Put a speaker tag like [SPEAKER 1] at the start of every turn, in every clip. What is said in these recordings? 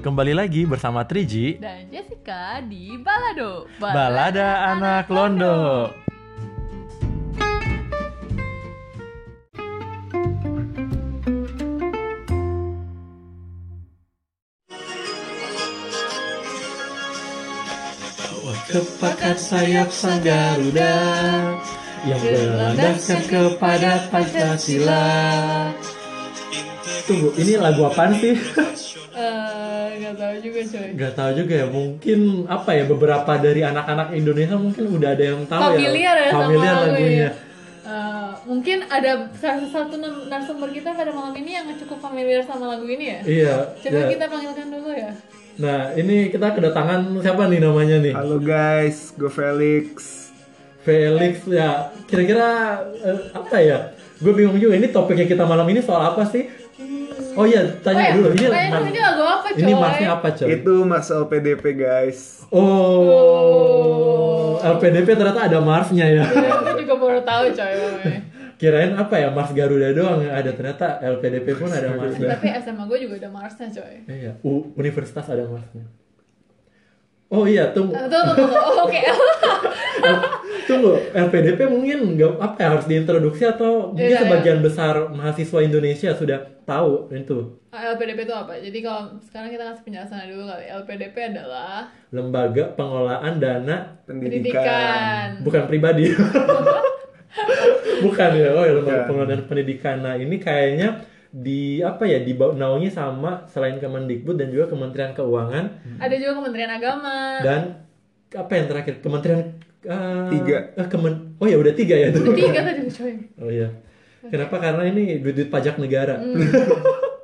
[SPEAKER 1] Kembali lagi bersama 3G
[SPEAKER 2] dan Jessica di Balado.
[SPEAKER 1] Balada Anak Londo. Bawa kepakat sayap sang Garuda yang berlandaskan kepada Pancasila. Tunggu, ini lagu apaan sih?
[SPEAKER 2] Eh, nggak tahu juga coy.
[SPEAKER 1] Gak tahu juga ya, mungkin apa ya beberapa dari anak-anak Indonesia mungkin udah ada yang tahu
[SPEAKER 2] Familiar ya
[SPEAKER 1] ya.
[SPEAKER 2] sama
[SPEAKER 1] Familiar
[SPEAKER 2] lagu
[SPEAKER 1] lagunya.
[SPEAKER 2] ya. Eh, mungkin ada salah satu nam- narasumber kita pada malam ini yang cukup familiar sama lagu ini ya.
[SPEAKER 1] Iya.
[SPEAKER 2] Coba
[SPEAKER 1] ya.
[SPEAKER 2] kita panggilkan dulu ya.
[SPEAKER 1] Nah, ini kita kedatangan siapa nih namanya nih?
[SPEAKER 3] Halo guys, gue Felix.
[SPEAKER 1] Felix ya. Kira-kira eh, apa ya? Gue bingung juga ini topiknya kita malam ini soal apa sih? Oh iya,
[SPEAKER 2] Oh ya,
[SPEAKER 1] tanya dulu ini.
[SPEAKER 2] tanya dulu,
[SPEAKER 1] mar-
[SPEAKER 2] ini lagu apa coy?
[SPEAKER 1] ini marsnya apa, coy?
[SPEAKER 3] Itu Marcel PDP guys.
[SPEAKER 1] Oh, LPDP ternyata ada marsnya ya.
[SPEAKER 2] Iya, Aku juga baru tahu coy. woy.
[SPEAKER 1] Kirain apa ya Mars Garuda doang yang ada ternyata LPDP pun ada marsnya.
[SPEAKER 2] Tapi SMA gue juga ada Marsnya coy. Eh,
[SPEAKER 1] Iya, U- universitas ada marsnya. Oh iya, tunggu,
[SPEAKER 2] Eh, Tuh, tuh, tuh, tuh. Oh, Oke.
[SPEAKER 1] tunggu. LPDP mungkin nggak apa ya, harus diintroduksi atau mungkin
[SPEAKER 2] Iya, iya.
[SPEAKER 1] sebagian besar mahasiswa Indonesia sudah tahu itu
[SPEAKER 2] LPDP itu apa? Jadi kalau sekarang kita kasih penjelasan dulu kali. LPDP adalah
[SPEAKER 1] lembaga pengelolaan dana
[SPEAKER 3] Pendidikan.
[SPEAKER 2] pendidikan.
[SPEAKER 1] bukan pribadi. bukan ya, oh ya, lembaga
[SPEAKER 3] Bukan.
[SPEAKER 1] pengelolaan pendidikan. Nah ini kayaknya di apa ya dinaungi sama selain Kemendikbud dan juga Kementerian Keuangan
[SPEAKER 2] Ada juga Kementerian Agama.
[SPEAKER 1] dan apa yang terakhir Kementerian eh,
[SPEAKER 3] Tiga.
[SPEAKER 1] eh, kemen oh ya udah tiga ya tuh
[SPEAKER 2] Tiga tadi coy.
[SPEAKER 1] Oh iya. Kenapa? Karena ini duit-duit pajak negara.
[SPEAKER 2] Hmm.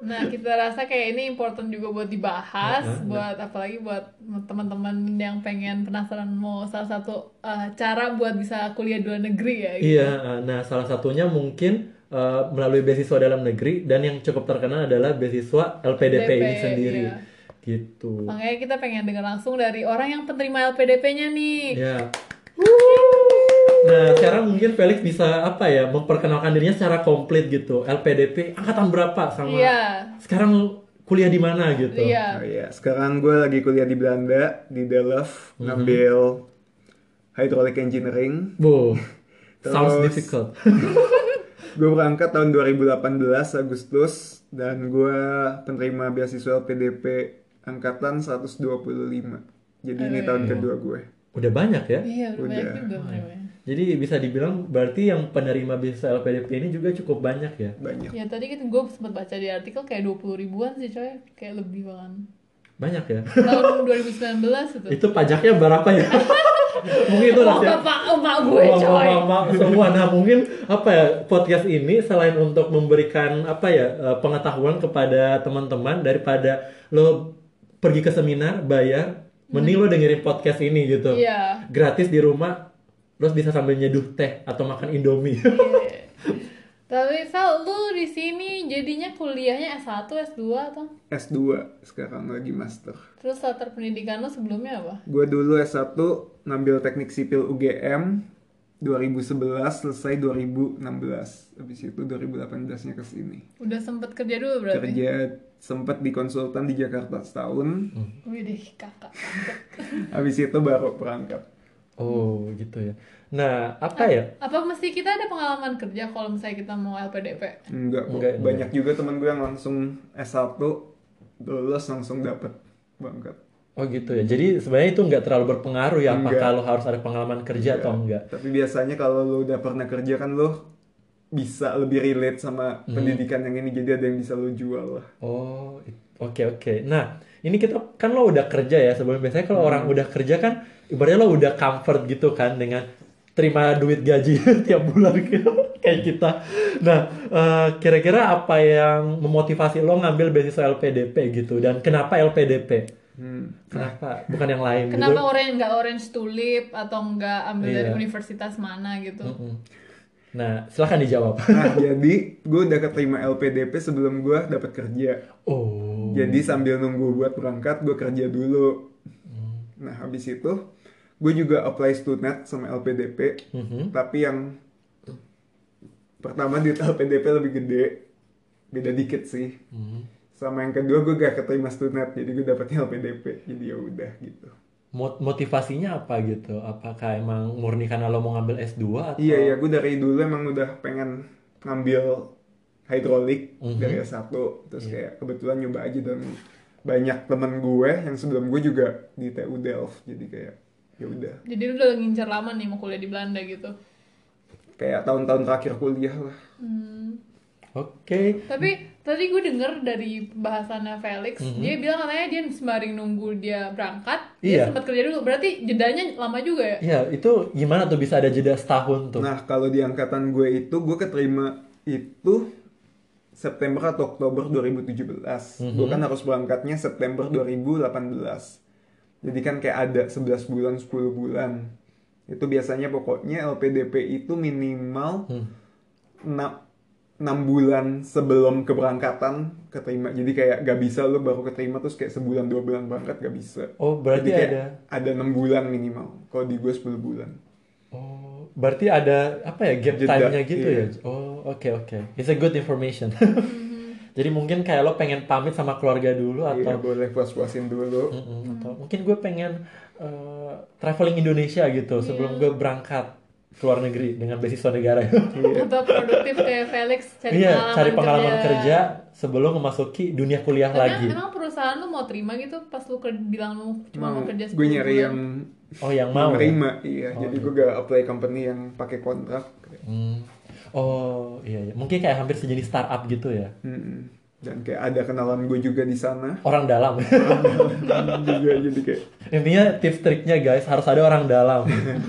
[SPEAKER 2] Nah, kita rasa kayak ini important juga buat dibahas, buat apalagi buat teman-teman yang pengen penasaran mau salah satu eh, cara buat bisa kuliah di luar negeri ya. gitu.
[SPEAKER 1] Iya. eh, Nah, salah satunya mungkin eh, melalui beasiswa dalam negeri dan yang cukup terkenal adalah beasiswa LPDP ini
[SPEAKER 2] LPDP,
[SPEAKER 1] sendiri.
[SPEAKER 2] iya.
[SPEAKER 1] Gitu.
[SPEAKER 2] Makanya kita pengen dengar langsung dari orang yang penerima LPDP-nya nih.
[SPEAKER 1] Ya. Nah, sekarang mungkin Felix bisa apa ya memperkenalkan dirinya secara komplit gitu. LPDP angkatan berapa sama
[SPEAKER 2] Iya.
[SPEAKER 1] sekarang kuliah di mana gitu.
[SPEAKER 2] Iya.
[SPEAKER 3] Oh iya, sekarang gue lagi kuliah di Belanda di Delft ngambil hydraulic engineering.
[SPEAKER 1] Wow. Sounds
[SPEAKER 3] Terus-
[SPEAKER 1] difficult.
[SPEAKER 3] Gue berangkat tahun 2018 Agustus dan gue penerima beasiswa PDP angkatan 125. Jadi ini tahun kedua gue.
[SPEAKER 1] Udah banyak ya.
[SPEAKER 2] Iya, udah banyak
[SPEAKER 3] Udah.
[SPEAKER 2] juga penerimanya.
[SPEAKER 1] Jadi bisa dibilang berarti yang penerima beasiswa LPDP ini juga cukup banyak ya.
[SPEAKER 3] Banyak.
[SPEAKER 2] Ya tadi kan gue sempat baca di artikel kayak 20 ribuan sih coy, kayak lebih banget.
[SPEAKER 1] Banyak ya.
[SPEAKER 2] Tahun 2019 itu.
[SPEAKER 1] Itu pajaknya berapa ya? mungkin itu
[SPEAKER 2] Oh,
[SPEAKER 1] rahasia.
[SPEAKER 2] bapak, emak gue
[SPEAKER 1] Wah, wah,
[SPEAKER 2] coy.
[SPEAKER 1] wah, wah, semua. Nah, mungkin apa ya podcast ini selain untuk memberikan apa ya eh, pengetahuan kepada teman-teman daripada lo pergi ke seminar bayar, mending lo dengerin podcast ini gitu.
[SPEAKER 2] Hmm. Iya.
[SPEAKER 1] Gratis di rumah, terus bisa sambil nyeduh teh atau makan indomie.
[SPEAKER 2] Iya. Tapi Val, lu di sini jadinya kuliahnya S1, S2 atau?
[SPEAKER 3] S2 sekarang lagi master.
[SPEAKER 2] Terus latar pendidikan lu sebelumnya apa?
[SPEAKER 3] Gue dulu S1 ngambil teknik sipil UGM 2011 selesai 2016. Habis itu 2018-nya ke sini.
[SPEAKER 2] Udah sempet kerja dulu berarti?
[SPEAKER 3] Kerja sempet di konsultan di Jakarta setahun.
[SPEAKER 1] Hmm.
[SPEAKER 2] Widih, kakak.
[SPEAKER 3] Habis itu baru berangkat.
[SPEAKER 1] oh, gitu ya. Nah, apa ya?
[SPEAKER 2] Apa mesti kita ada pengalaman kerja kalau misalnya kita mau LPDP?
[SPEAKER 3] Enggak, kok.
[SPEAKER 1] Enggak, enggak.
[SPEAKER 3] banyak juga teman gue yang langsung S1 lulus langsung dapet berangkat.
[SPEAKER 1] Oh gitu ya. Jadi sebenarnya itu nggak terlalu berpengaruh ya
[SPEAKER 3] Nggak.
[SPEAKER 1] apakah lo harus ada pengalaman kerja atau enggak.
[SPEAKER 3] Ya. Tapi biasanya kalau lo udah pernah kerja kan lo bisa lebih relate sama
[SPEAKER 1] Hmm.
[SPEAKER 3] pendidikan yang ini jadi ada yang bisa lo jual lah.
[SPEAKER 1] Oh, it- oke oke. Nah, ini kita kan lo udah kerja ya sebelum biasanya kalau orang udah kerja kan ibaratnya lo udah comfort gitu kan dengan terima duit gaji tiap bulan gitu, kayak kita. Nah, eh, kira-kira apa yang memotivasi lo ngambil beasiswa LPDP gitu dan kenapa LPDP?
[SPEAKER 3] Hmm.
[SPEAKER 1] Kenapa bukan yang lain gitu?
[SPEAKER 2] Kenapa orange nggak orange tulip atau nggak ambil dari
[SPEAKER 1] Iya.
[SPEAKER 2] universitas mana gitu?
[SPEAKER 1] Mm. Nah, silahkan dijawab.
[SPEAKER 3] Nah, jadi gue udah keterima LPDP sebelum gue dapat kerja.
[SPEAKER 1] Oh.
[SPEAKER 3] Jadi sambil nunggu buat berangkat, gue kerja dulu. Nah, habis itu gue juga apply student sama LPDP.
[SPEAKER 1] Mhm.
[SPEAKER 3] Tapi yang pertama duit LPDP lebih gede. Beda dikit sih. sama yang kedua gue gak keterima student jadi gue dapetnya LPDP jadi ya udah gitu
[SPEAKER 1] Mot- motivasinya apa gitu? Apakah emang murni karena lo mau ngambil S2 atau
[SPEAKER 3] Iya iya, gue dari dulu emang udah pengen ngambil hidrolik
[SPEAKER 1] Mhm. Iya.
[SPEAKER 3] dari S1 terus kayak kebetulan nyoba aja dan banyak temen gue yang sebelum gue juga di TU Delft jadi kayak ya udah
[SPEAKER 2] Jadi lu udah ngincer lama nih mau kuliah di Belanda gitu.
[SPEAKER 3] kayak tahun-tahun terakhir kuliah lah.
[SPEAKER 2] Hmm.
[SPEAKER 1] Oke.
[SPEAKER 2] Tapi tadi gue denger dari bahasannya Felix,
[SPEAKER 1] Mhm.
[SPEAKER 2] dia bilang katanya dia sembari nunggu dia berangkat,
[SPEAKER 1] Iya.
[SPEAKER 2] dia sempat kerja dulu. Berarti jedanya lama juga ya?
[SPEAKER 1] Iya, itu gimana tuh bisa ada jeda setahun tuh?
[SPEAKER 3] Nah kalau di angkatan gue itu gue keterima itu September atau Oktober 2017
[SPEAKER 1] Mhm.
[SPEAKER 3] gue kan harus berangkatnya September 2018 jadi kan kayak ada 11 bulan 10 bulan itu biasanya pokoknya LPDP itu minimal
[SPEAKER 1] Hmm.
[SPEAKER 3] 6, bulan sebelum keberangkatan keterima jadi kayak gak bisa lo baru keterima terus kayak sebulan dua bulan berangkat gak bisa
[SPEAKER 1] Oh, berarti
[SPEAKER 3] Jadi kayak
[SPEAKER 1] ada
[SPEAKER 3] ada 6 bulan minimal kalau di gue 10 bulan
[SPEAKER 1] Oh, berarti ada apa ya gap
[SPEAKER 3] Jeda,
[SPEAKER 1] time-nya gitu
[SPEAKER 3] iya.
[SPEAKER 1] ya? Oh, oke oke. It's a good information.
[SPEAKER 2] Mm-hmm.
[SPEAKER 1] Jadi mungkin kayak lo pengen pamit sama keluarga dulu
[SPEAKER 3] Iya,
[SPEAKER 1] atau Hmm.
[SPEAKER 3] boleh puas-puasin dulu
[SPEAKER 1] Mm-mm, atau
[SPEAKER 2] Mm-hmm.
[SPEAKER 1] mungkin gue pengen eh, traveling Indonesia
[SPEAKER 2] Iya.
[SPEAKER 1] gitu sebelum gue berangkat ke luar negeri dengan beasiswa negara.
[SPEAKER 2] Atau produktif kayak Felix cari
[SPEAKER 1] Iya,
[SPEAKER 2] pengalaman,
[SPEAKER 1] cari pengalaman kerja sebelum memasuki dunia kuliah
[SPEAKER 2] Tapi
[SPEAKER 1] lagi.
[SPEAKER 2] emang perusahaan lu mau terima gitu pas lu ker- bilang lu cuma mau,
[SPEAKER 3] mau
[SPEAKER 2] kerja 10
[SPEAKER 3] gue nyari
[SPEAKER 2] bulan?
[SPEAKER 3] yang
[SPEAKER 1] Oh, yang mau. ya?
[SPEAKER 3] menerima iya jadi gue gak apply company yang pakai kontrak
[SPEAKER 1] Hmm. Oh, iya, iya. Mungkin kayak hampir sejenis startup gitu ya.
[SPEAKER 3] Mm-mm. dan kayak ada kenalan gue juga di sana
[SPEAKER 1] Orang dalam.
[SPEAKER 3] juga jadi kayak
[SPEAKER 1] Intinya tips triknya guys harus ada orang dalam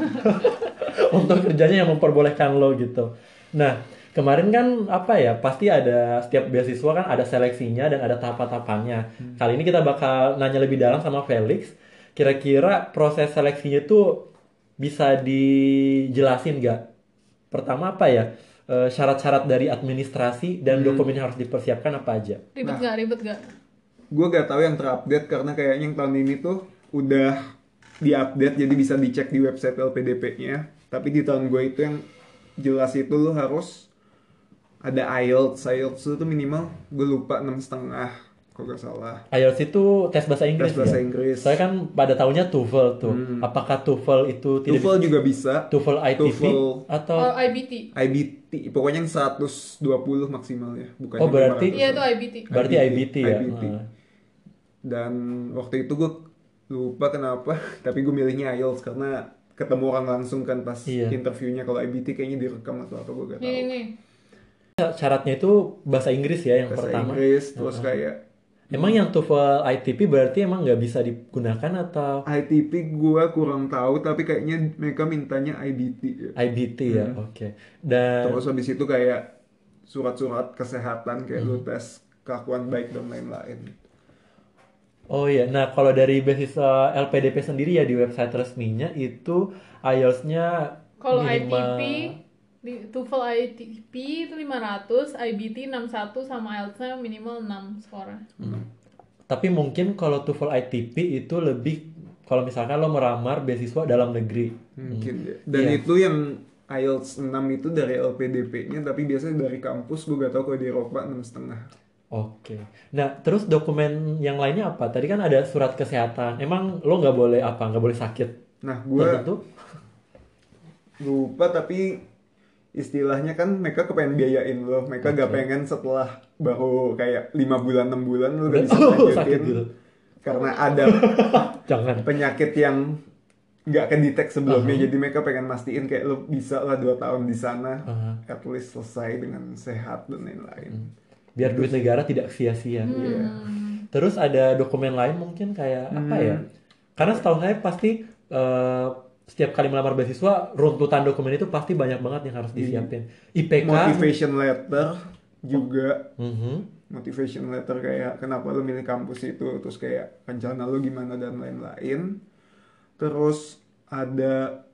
[SPEAKER 1] untuk kerjanya yang memperbolehkan lo gitu. Nah kemarin kan apa ya pasti ada setiap beasiswa kan ada seleksinya dan ada tahap-tahapannya.
[SPEAKER 3] Hmm.
[SPEAKER 1] Kali ini kita bakal nanya lebih dalam sama Felix. Kira-kira proses seleksinya tuh bisa dijelasin nggak? Pertama apa ya Eh, syarat-syarat dari administrasi dan
[SPEAKER 3] Hmm.
[SPEAKER 1] dokumen yang harus dipersiapkan apa aja?
[SPEAKER 2] Ribet
[SPEAKER 3] Nah.
[SPEAKER 2] gak? Ribet gak?
[SPEAKER 3] gue gak tahu yang terupdate karena kayaknya yang tahun ini tuh udah diupdate jadi bisa dicek di website LPDP-nya. Tapi di tahun gue itu yang jelas itu lo harus ada IELTS. IELTS itu minimal gue lupa enam setengah kalau gak salah.
[SPEAKER 1] IELTS itu tes bahasa Inggris
[SPEAKER 3] Tes bahasa
[SPEAKER 1] ya?
[SPEAKER 3] Inggris.
[SPEAKER 1] Saya kan pada tahunnya TOEFL tuh.
[SPEAKER 3] Hmm.
[SPEAKER 1] Apakah TOEFL itu tidak
[SPEAKER 3] TOEFL juga bisa.
[SPEAKER 1] TOEFL ITP
[SPEAKER 3] TOEFL.
[SPEAKER 1] atau
[SPEAKER 2] Oh, IBT.
[SPEAKER 3] IBT pokoknya yang 120 maksimal ya, bukan
[SPEAKER 1] Oh, berarti-
[SPEAKER 2] Iya itu IBT.
[SPEAKER 1] berarti IBT,
[SPEAKER 3] IBT,
[SPEAKER 1] ya?
[SPEAKER 3] IBT.
[SPEAKER 1] Ah.
[SPEAKER 3] Dan waktu itu gue lupa kenapa, tapi gue milihnya IELTS karena ketemu orang langsung kan pas
[SPEAKER 1] Iya.
[SPEAKER 3] interviewnya kalau IBT kayaknya direkam atau apa gue gak
[SPEAKER 2] Nih, nih,
[SPEAKER 3] tahu.
[SPEAKER 2] nih.
[SPEAKER 1] Syaratnya itu bahasa Inggris ya yang
[SPEAKER 3] Bahasa
[SPEAKER 1] pertama.
[SPEAKER 3] Inggris terus kayak
[SPEAKER 1] Emang yang TOEFL ITP berarti emang nggak bisa digunakan atau
[SPEAKER 3] ITP gue kurang tahu tapi kayaknya mereka mintanya IBT ya.
[SPEAKER 1] IBT ya? Oke. Dan
[SPEAKER 3] Terus habis itu kayak surat-surat kesehatan kayak lu tes kelakuan baik dan lain-lain.
[SPEAKER 1] oh iya, nah kalau dari beasiswa LPDP sendiri ya di website resminya itu IELTS-nya
[SPEAKER 2] Kalau
[SPEAKER 1] minimal-
[SPEAKER 2] ITP, di- TOEFL ITP itu 500, IBT 61 sama IELTS-nya minimal 6 skornya.
[SPEAKER 1] Tapi mungkin kalau TOEFL ITP itu lebih kalau misalkan lo meramar beasiswa dalam negeri.
[SPEAKER 3] Mungkin ya. Dan
[SPEAKER 1] Iya.
[SPEAKER 3] itu yang IELTS 6 itu dari LPDP-nya tapi biasanya dari kampus gue gak tahu kalau di Eropa enam setengah.
[SPEAKER 1] Oke. Nah, terus dokumen yang lainnya apa? Tadi kan ada surat kesehatan. Emang lo nggak boleh apa? Nggak boleh sakit
[SPEAKER 3] Nah gue
[SPEAKER 1] tertentu?
[SPEAKER 3] lupa tapi istilahnya kan mereka kepengen biayain lo mereka gak pengen setelah baru kayak lima bulan enam bulan lo gak bisa
[SPEAKER 1] Oh, sakit
[SPEAKER 3] lanjutin
[SPEAKER 1] gitu.
[SPEAKER 3] karena ada
[SPEAKER 1] Jangan.
[SPEAKER 3] penyakit yang gak kedetek sebelumnya jadi mereka pengen mastiin kayak lo bisa lah dua tahun di sana
[SPEAKER 1] Aha. Hmm.
[SPEAKER 3] at least selesai dengan sehat dan lain-lain
[SPEAKER 1] Biar duit negara tidak sia-sia.
[SPEAKER 2] Hmm.
[SPEAKER 3] Iya.
[SPEAKER 1] Terus ada dokumen lain mungkin kayak apa
[SPEAKER 3] Hmm.
[SPEAKER 1] ya? Karena setahu saya pasti eh, setiap kali melamar beasiswa runtutan dokumen itu pasti banyak banget yang harus
[SPEAKER 3] Iya.
[SPEAKER 1] disiapin. IPK.
[SPEAKER 3] motivation letter juga
[SPEAKER 1] Mhm.
[SPEAKER 3] motivation letter kayak kenapa lu milih kampus itu terus kayak rencana lu gimana dan lain-lain terus ada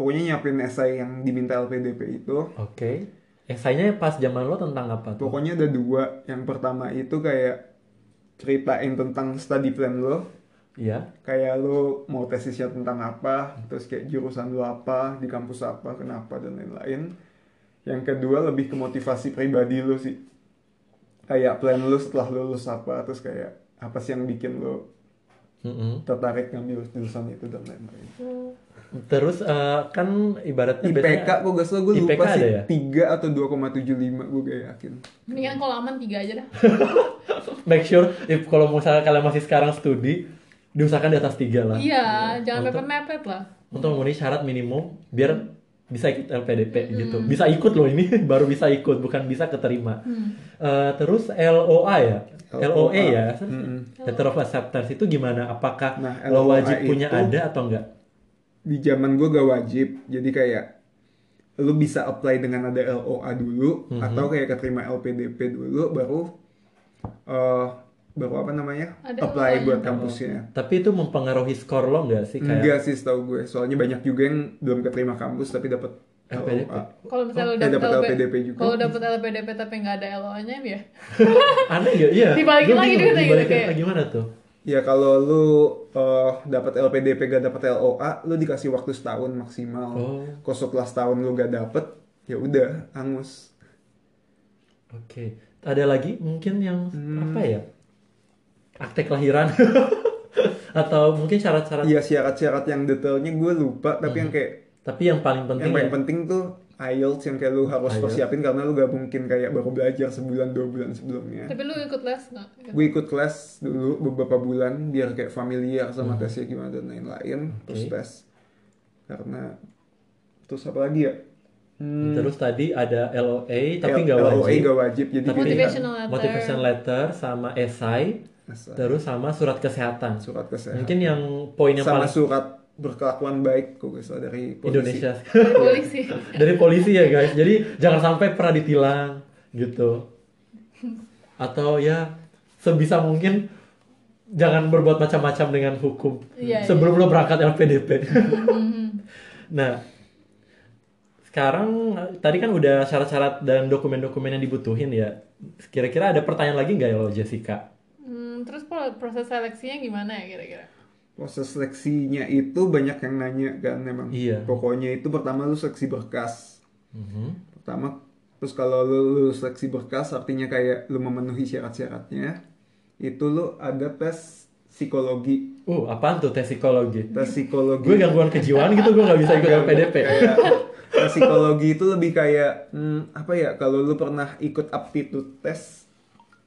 [SPEAKER 3] pokoknya nyiapin esai yang diminta LPDP itu
[SPEAKER 1] Oke. Esainya pas zaman lo tentang apa tuh?
[SPEAKER 3] pokoknya ada dua yang pertama itu kayak ceritain tentang study plan lo
[SPEAKER 1] Iya.
[SPEAKER 3] kayak lo mau tesisnya tentang apa terus kayak jurusan lo apa di kampus apa kenapa dan lain-lain yang kedua lebih ke motivasi pribadi lo sih kayak plan lu setelah lulus apa terus kayak apa sih yang bikin lu
[SPEAKER 1] Mm-mm.
[SPEAKER 3] tertarik ngambil jurusan itu dan lain-lain
[SPEAKER 2] Hmm,
[SPEAKER 1] Terus eh, kan ibaratnya
[SPEAKER 3] IPK
[SPEAKER 1] biasanya-
[SPEAKER 3] kok gak salah gue
[SPEAKER 1] IPK
[SPEAKER 3] lupa
[SPEAKER 1] ada
[SPEAKER 3] sih
[SPEAKER 1] ya?
[SPEAKER 3] 3 atau 2,75 gue gak yakin
[SPEAKER 2] Mendingan kalau aman tiga aja dah.
[SPEAKER 3] Iya.
[SPEAKER 1] make sure if kalau misalnya kalian masih sekarang studi diusahakan di atas tiga lah.
[SPEAKER 2] Iya, jangan
[SPEAKER 1] Untuk-
[SPEAKER 2] mepet-mepet lah.
[SPEAKER 1] Untuk memenuhi syarat minimum biar bisa ikut
[SPEAKER 2] Hmm.
[SPEAKER 1] LPDP gitu. Bisa ikut loh ini baru bisa ikut bukan bisa keterima.
[SPEAKER 2] Hmm.
[SPEAKER 1] Eh, terus LOA ya, LOA, ya, letter of acceptance itu gimana? Apakah
[SPEAKER 3] Hmm. Nah,
[SPEAKER 1] lo
[SPEAKER 3] LOA
[SPEAKER 1] wajib punya
[SPEAKER 3] itu-
[SPEAKER 1] ada atau enggak?
[SPEAKER 3] di zaman gue gak wajib jadi kayak lu bisa apply dengan ada LOA dulu
[SPEAKER 1] Mhm.
[SPEAKER 3] atau kayak keterima LPDP dulu baru eh baru apa namanya
[SPEAKER 2] Ada
[SPEAKER 3] apply
[SPEAKER 2] LOA-nya.
[SPEAKER 1] gitu.
[SPEAKER 3] buat kampusnya
[SPEAKER 1] Tapi itu mempengaruhi skor lo enggak sih Oh. kayak
[SPEAKER 3] enggak sih setahu gue soalnya banyak juga yang belum keterima kampus tapi dapat
[SPEAKER 1] LPDP.
[SPEAKER 3] LOA
[SPEAKER 2] Kalau misalnya
[SPEAKER 3] Oh,
[SPEAKER 2] lo
[SPEAKER 3] eh,
[SPEAKER 2] dapet,
[SPEAKER 3] dapet
[SPEAKER 2] LP
[SPEAKER 3] LPDP juga.
[SPEAKER 2] Kalau dapet LPDP tapi nggak ada LO-nya ya.
[SPEAKER 1] aneh ya? Iya.
[SPEAKER 2] Dibalikin
[SPEAKER 1] Gua
[SPEAKER 2] lagi
[SPEAKER 1] bingung,
[SPEAKER 2] duitnya gitu
[SPEAKER 1] dibalikin
[SPEAKER 2] kayak-
[SPEAKER 1] lagi gimana tuh?
[SPEAKER 3] ya kalau lu eh, dapat LPDP gak dapat LOA lu dikasih waktu setahun maksimal
[SPEAKER 1] Oh.
[SPEAKER 3] kalau setelah setahun lu gak dapet ya udah angus
[SPEAKER 1] Oke, ada lagi mungkin yang
[SPEAKER 3] Hmm.
[SPEAKER 1] apa ya? Akte kelahiran atau mungkin syarat-syarat.
[SPEAKER 3] Iya syarat-syarat yang detailnya gue lupa tapi
[SPEAKER 1] Mhm.
[SPEAKER 3] yang kayak
[SPEAKER 1] Tapi yang paling penting
[SPEAKER 3] yang paling
[SPEAKER 1] ya,
[SPEAKER 3] penting tuh IELTS yang kayak lu harus
[SPEAKER 1] IELTS.
[SPEAKER 3] persiapin karena lu gak mungkin kayak baru belajar sebulan dua bulan sebelumnya
[SPEAKER 2] Tapi lu ikut les nggak?
[SPEAKER 3] gue ikut kelas dulu beberapa bulan biar kayak familiar sama tesnya gimana dan lain-lain terus
[SPEAKER 1] Hmm. Oke.
[SPEAKER 3] tes karena terus apa lagi ya Hmm,
[SPEAKER 1] terus tadi ada LOA tapi
[SPEAKER 3] L-
[SPEAKER 1] nggak wajib.
[SPEAKER 3] LOA nggak wajib jadi
[SPEAKER 1] Tapi
[SPEAKER 2] Motivational letter.
[SPEAKER 1] motivation letter sama esai,
[SPEAKER 3] Esai.
[SPEAKER 1] terus sama surat kesehatan.
[SPEAKER 3] surat kesehatan
[SPEAKER 1] Mungkin yang poin yang
[SPEAKER 3] sama
[SPEAKER 1] paling
[SPEAKER 3] surat berkelakuan baik kok guys dari polisi.
[SPEAKER 1] Indonesia
[SPEAKER 2] Polisi.
[SPEAKER 1] dari polisi ya guys. Jadi jangan sampai pernah ditilang gitu. Atau ya sebisa mungkin jangan berbuat macam-macam dengan hukum
[SPEAKER 2] Iya,
[SPEAKER 1] sebelum lo berangkat LPDP. nah, sekarang eh, tadi kan udah syarat-syarat dan dokumen-dokumen yang dibutuhin ya. Kira-kira ada pertanyaan lagi nggak ya lo Jessica?
[SPEAKER 2] Hmm, terus pro- proses seleksinya gimana ya kira-kira?
[SPEAKER 3] proses seleksinya itu banyak yang nanya kan memang
[SPEAKER 1] Iya.
[SPEAKER 3] pokoknya itu pertama lu seleksi berkas
[SPEAKER 1] Mhm.
[SPEAKER 3] pertama terus kalau lu, lu seleksi berkas artinya kayak lu memenuhi syarat-syaratnya itu lu ada tes psikologi
[SPEAKER 1] Uh, apaan tuh tes psikologi?
[SPEAKER 3] tes psikologi
[SPEAKER 1] Gue gangguan kejiwaan gitu, gue nggak bisa ikut LPDP.
[SPEAKER 3] Kayak, tes psikologi itu lebih kayak hmm, apa ya kalau lu pernah ikut aptitude test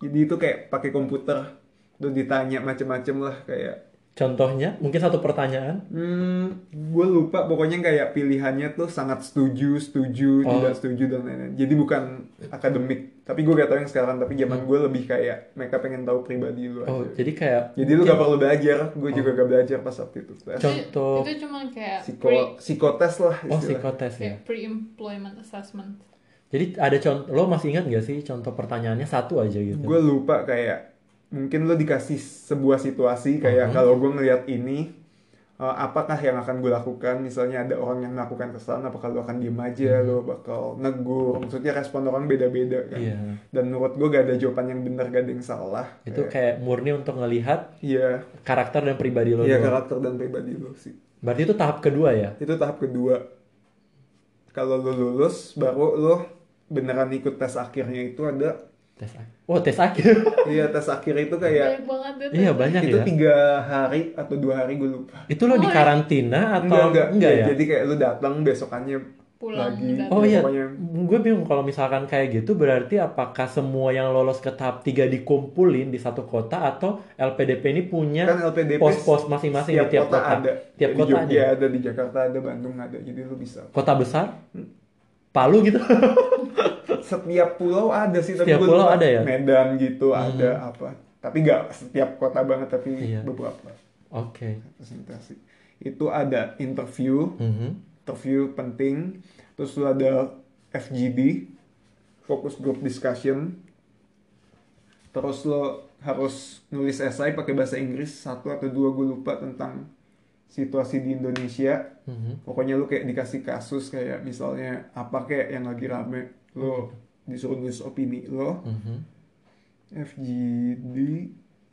[SPEAKER 3] jadi itu kayak pakai komputer lu ditanya macem-macem lah kayak
[SPEAKER 1] Contohnya, mungkin satu pertanyaan.
[SPEAKER 3] Hmm, gue lupa pokoknya kayak pilihannya tuh sangat setuju, setuju,
[SPEAKER 1] Oh.
[SPEAKER 3] tidak setuju dan lain-lain. Jadi bukan akademik, tapi gue gak tau yang sekarang. Tapi zaman gue lebih kayak mereka pengen tahu pribadi lu
[SPEAKER 1] Hmm. Oh,
[SPEAKER 3] aja.
[SPEAKER 1] jadi Oh. kayak
[SPEAKER 3] Jadi lu gak perlu belajar, gue juga gak belajar pas waktu itu. Tes.
[SPEAKER 1] Contoh.
[SPEAKER 2] Itu, itu cuma kayak
[SPEAKER 3] Psiko, iya. psikotes lah
[SPEAKER 1] oh
[SPEAKER 3] istilah.
[SPEAKER 1] psikotes ya.
[SPEAKER 2] kayak pre-employment assessment.
[SPEAKER 1] Jadi ada contoh, lo masih ingat gak sih contoh pertanyaannya satu aja gitu?
[SPEAKER 3] Gue lupa kayak mungkin lu dikasih sebuah situasi
[SPEAKER 1] Uh-huh.
[SPEAKER 3] kayak kalau gue ngelihat ini eh, apakah yang akan gue lakukan misalnya ada orang yang melakukan kesalahan apakah lu akan diem
[SPEAKER 1] Hmm.
[SPEAKER 3] aja lu bakal negur maksudnya respon orang beda-beda kan
[SPEAKER 1] Iya.
[SPEAKER 3] dan menurut gue gak ada jawaban yang benar gak ada yang salah
[SPEAKER 1] Itu
[SPEAKER 3] Kayak,
[SPEAKER 1] kayak murni untuk ngelihat
[SPEAKER 3] iya
[SPEAKER 1] karakter dan pribadi lo.
[SPEAKER 3] iya
[SPEAKER 1] doang.
[SPEAKER 3] karakter dan pribadi lu sih
[SPEAKER 1] Berarti itu tahap kedua ya?
[SPEAKER 3] itu tahap kedua kalau lu lulus baru lu beneran ikut tes akhirnya itu ada
[SPEAKER 1] Tes akhir. Oh tes akhir.
[SPEAKER 3] iya tes akhir itu kayak
[SPEAKER 2] Banyak banget deh.
[SPEAKER 1] iya banyak
[SPEAKER 3] itu
[SPEAKER 1] ya.
[SPEAKER 3] tiga hari atau dua hari gue lupa
[SPEAKER 1] Itu lo di
[SPEAKER 2] Oh,
[SPEAKER 1] karantina atau enggak, ya?
[SPEAKER 3] Iya, jadi kayak lu datang besokannya
[SPEAKER 2] Pulang
[SPEAKER 3] lagi
[SPEAKER 2] dan-
[SPEAKER 1] Oh iya,
[SPEAKER 3] Ya, pokoknya
[SPEAKER 1] gue bingung kalau misalkan kayak gitu berarti apakah semua yang lolos ke tahap 3 dikumpulin di satu kota atau LPDP ini punya
[SPEAKER 3] Kan
[SPEAKER 1] Ya.
[SPEAKER 3] LPDP
[SPEAKER 1] pos-pos masing-masing di tiap kota?
[SPEAKER 3] ada
[SPEAKER 1] Tiap
[SPEAKER 3] di
[SPEAKER 1] kota
[SPEAKER 3] Jogja
[SPEAKER 1] ada.
[SPEAKER 3] ada di Jakarta ada Bandung ada jadi lu bisa
[SPEAKER 1] Kota besar? Palu gitu?
[SPEAKER 3] setiap pulau ada sih tapi
[SPEAKER 1] Setiap
[SPEAKER 3] gua
[SPEAKER 1] pulau
[SPEAKER 3] lupa.
[SPEAKER 1] ada ya? Hmm.
[SPEAKER 3] Medan gitu ada apa tapi gak setiap kota banget tapi
[SPEAKER 1] Iya.
[SPEAKER 3] beberapa
[SPEAKER 1] Oke.
[SPEAKER 3] presentasi itu ada interview
[SPEAKER 1] Mhm.
[SPEAKER 3] interview penting terus lu ada FGD focus group discussion terus lo harus nulis esai pakai bahasa Inggris satu atau dua gue lupa tentang situasi di Indonesia
[SPEAKER 1] Mhm.
[SPEAKER 3] pokoknya lu kayak dikasih kasus kayak misalnya apa kayak yang lagi rame lo disuruh nulis opini lo
[SPEAKER 1] Mhm.
[SPEAKER 3] FGD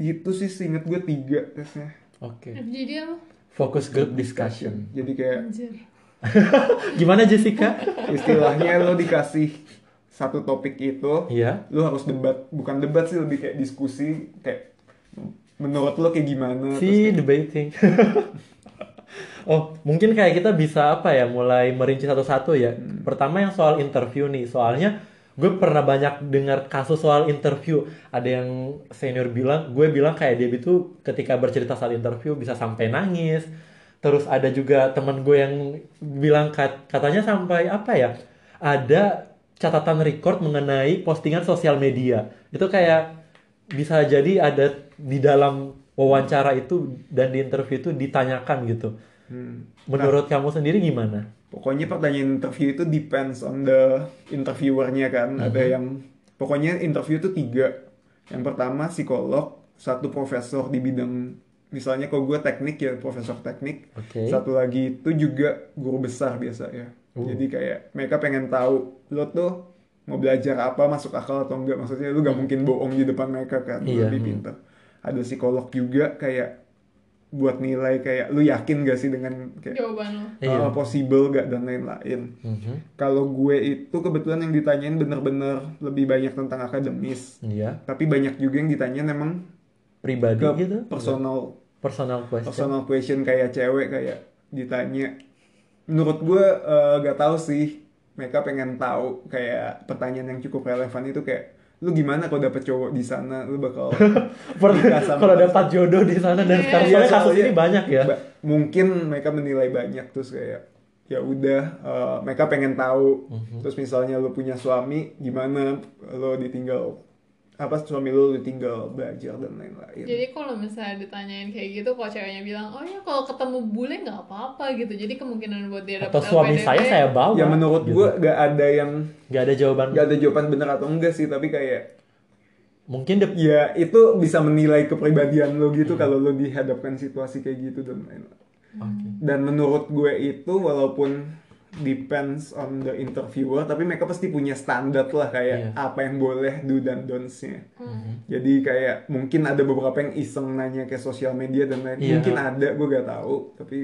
[SPEAKER 3] itu sih seinget gue tiga tesnya
[SPEAKER 1] Oke.
[SPEAKER 2] FGD apa?
[SPEAKER 1] Focus group discussion.
[SPEAKER 3] jadi kayak
[SPEAKER 2] Anjir.
[SPEAKER 1] Gimana Jessica?
[SPEAKER 3] istilahnya lo dikasih satu topik itu
[SPEAKER 1] Iya.
[SPEAKER 3] lu harus debat bukan debat sih lebih kayak diskusi kayak menurut lu kayak gimana terus
[SPEAKER 1] Si debating. oh, mungkin kayak kita bisa apa ya, mulai merinci satu-satu ya. Pertama yang soal interview nih, soalnya gue pernah banyak dengar kasus soal interview. Ada yang senior bilang, gue bilang kayak dia itu ketika bercerita soal interview bisa sampai nangis. Terus ada juga teman gue yang bilang kat- katanya sampai apa ya, ada catatan record mengenai postingan sosial media. Itu kayak bisa jadi ada di dalam wawancara itu dan di interview itu ditanyakan gitu. Menurut kamu sendiri gimana?
[SPEAKER 3] pokoknya pertanyaan interview itu depends on the interviewernya kan ada yang pokoknya interview itu tiga yang pertama psikolog satu profesor di bidang misalnya kalau gue teknik ya profesor teknik
[SPEAKER 1] Oke. Oh.
[SPEAKER 3] satu lagi itu juga guru besar biasa ya jadi kayak mereka pengen tahu lo tuh mau belajar apa masuk akal atau enggak maksudnya lu gak mungkin bohong di depan mereka kan lu
[SPEAKER 1] Hmm. Iya,
[SPEAKER 3] lebih
[SPEAKER 1] hmm.
[SPEAKER 3] pintar ada psikolog juga kayak buat nilai kayak lu yakin gak sih dengan kayak
[SPEAKER 2] Jawaban lo.
[SPEAKER 1] Iya.
[SPEAKER 3] Uh, possible gak dan lain-lain.
[SPEAKER 1] Mhm.
[SPEAKER 3] Kalau gue itu kebetulan yang ditanyain bener-bener lebih banyak tentang akademis,
[SPEAKER 1] Iya,
[SPEAKER 3] tapi banyak juga yang ditanyain emang
[SPEAKER 1] pribadi
[SPEAKER 3] ke
[SPEAKER 1] gitu.
[SPEAKER 3] personal
[SPEAKER 1] Personal question.
[SPEAKER 3] personal question kayak cewek kayak ditanya. Menurut gue uh, gak tahu sih mereka pengen tahu kayak pertanyaan yang cukup relevan itu kayak lu gimana kalau dapet cowok di sana lu bakal nikah Iya, sama-
[SPEAKER 1] Kalau dapat jodoh di sana dan sekarang
[SPEAKER 3] Iya,
[SPEAKER 1] soalnya kasus
[SPEAKER 3] soalnya
[SPEAKER 1] ini banyak ya.
[SPEAKER 3] ba- mungkin mereka menilai banyak terus kayak ya udah eh, mereka pengen tahu terus misalnya lu punya suami gimana lo ditinggal apa suami lo ditinggal belajar dan lain-lain
[SPEAKER 2] Jadi kalau misalnya ditanyain kayak gitu, kalau ceweknya bilang, oh ya kalau ketemu bule nggak apa-apa gitu. Jadi kemungkinan buat dia
[SPEAKER 1] Atau
[SPEAKER 2] dapet
[SPEAKER 1] suami
[SPEAKER 2] LPDP,
[SPEAKER 1] saya saya bawa.
[SPEAKER 3] ya menurut
[SPEAKER 1] gitu.
[SPEAKER 3] gue gak ada yang
[SPEAKER 1] Nggak ada jawaban.
[SPEAKER 3] gak ada jawaban benar atau enggak sih tapi kayak
[SPEAKER 1] Mungkin de-
[SPEAKER 3] ya itu bisa menilai kepribadian lo gitu
[SPEAKER 1] Hmm.
[SPEAKER 3] kalau lo dihadapkan situasi kayak gitu dan lain-lain
[SPEAKER 1] Oke.
[SPEAKER 3] dan menurut gue itu walaupun depends on the interviewer tapi mereka pasti punya standar lah
[SPEAKER 1] Iya.
[SPEAKER 3] kayak
[SPEAKER 1] Hmm.
[SPEAKER 3] apa yang boleh do dan don'ts-nya jadi kayak mungkin ada beberapa yang iseng nanya ke sosial media dan lain
[SPEAKER 1] Iya.
[SPEAKER 3] mungkin ada gue gak tahu tapi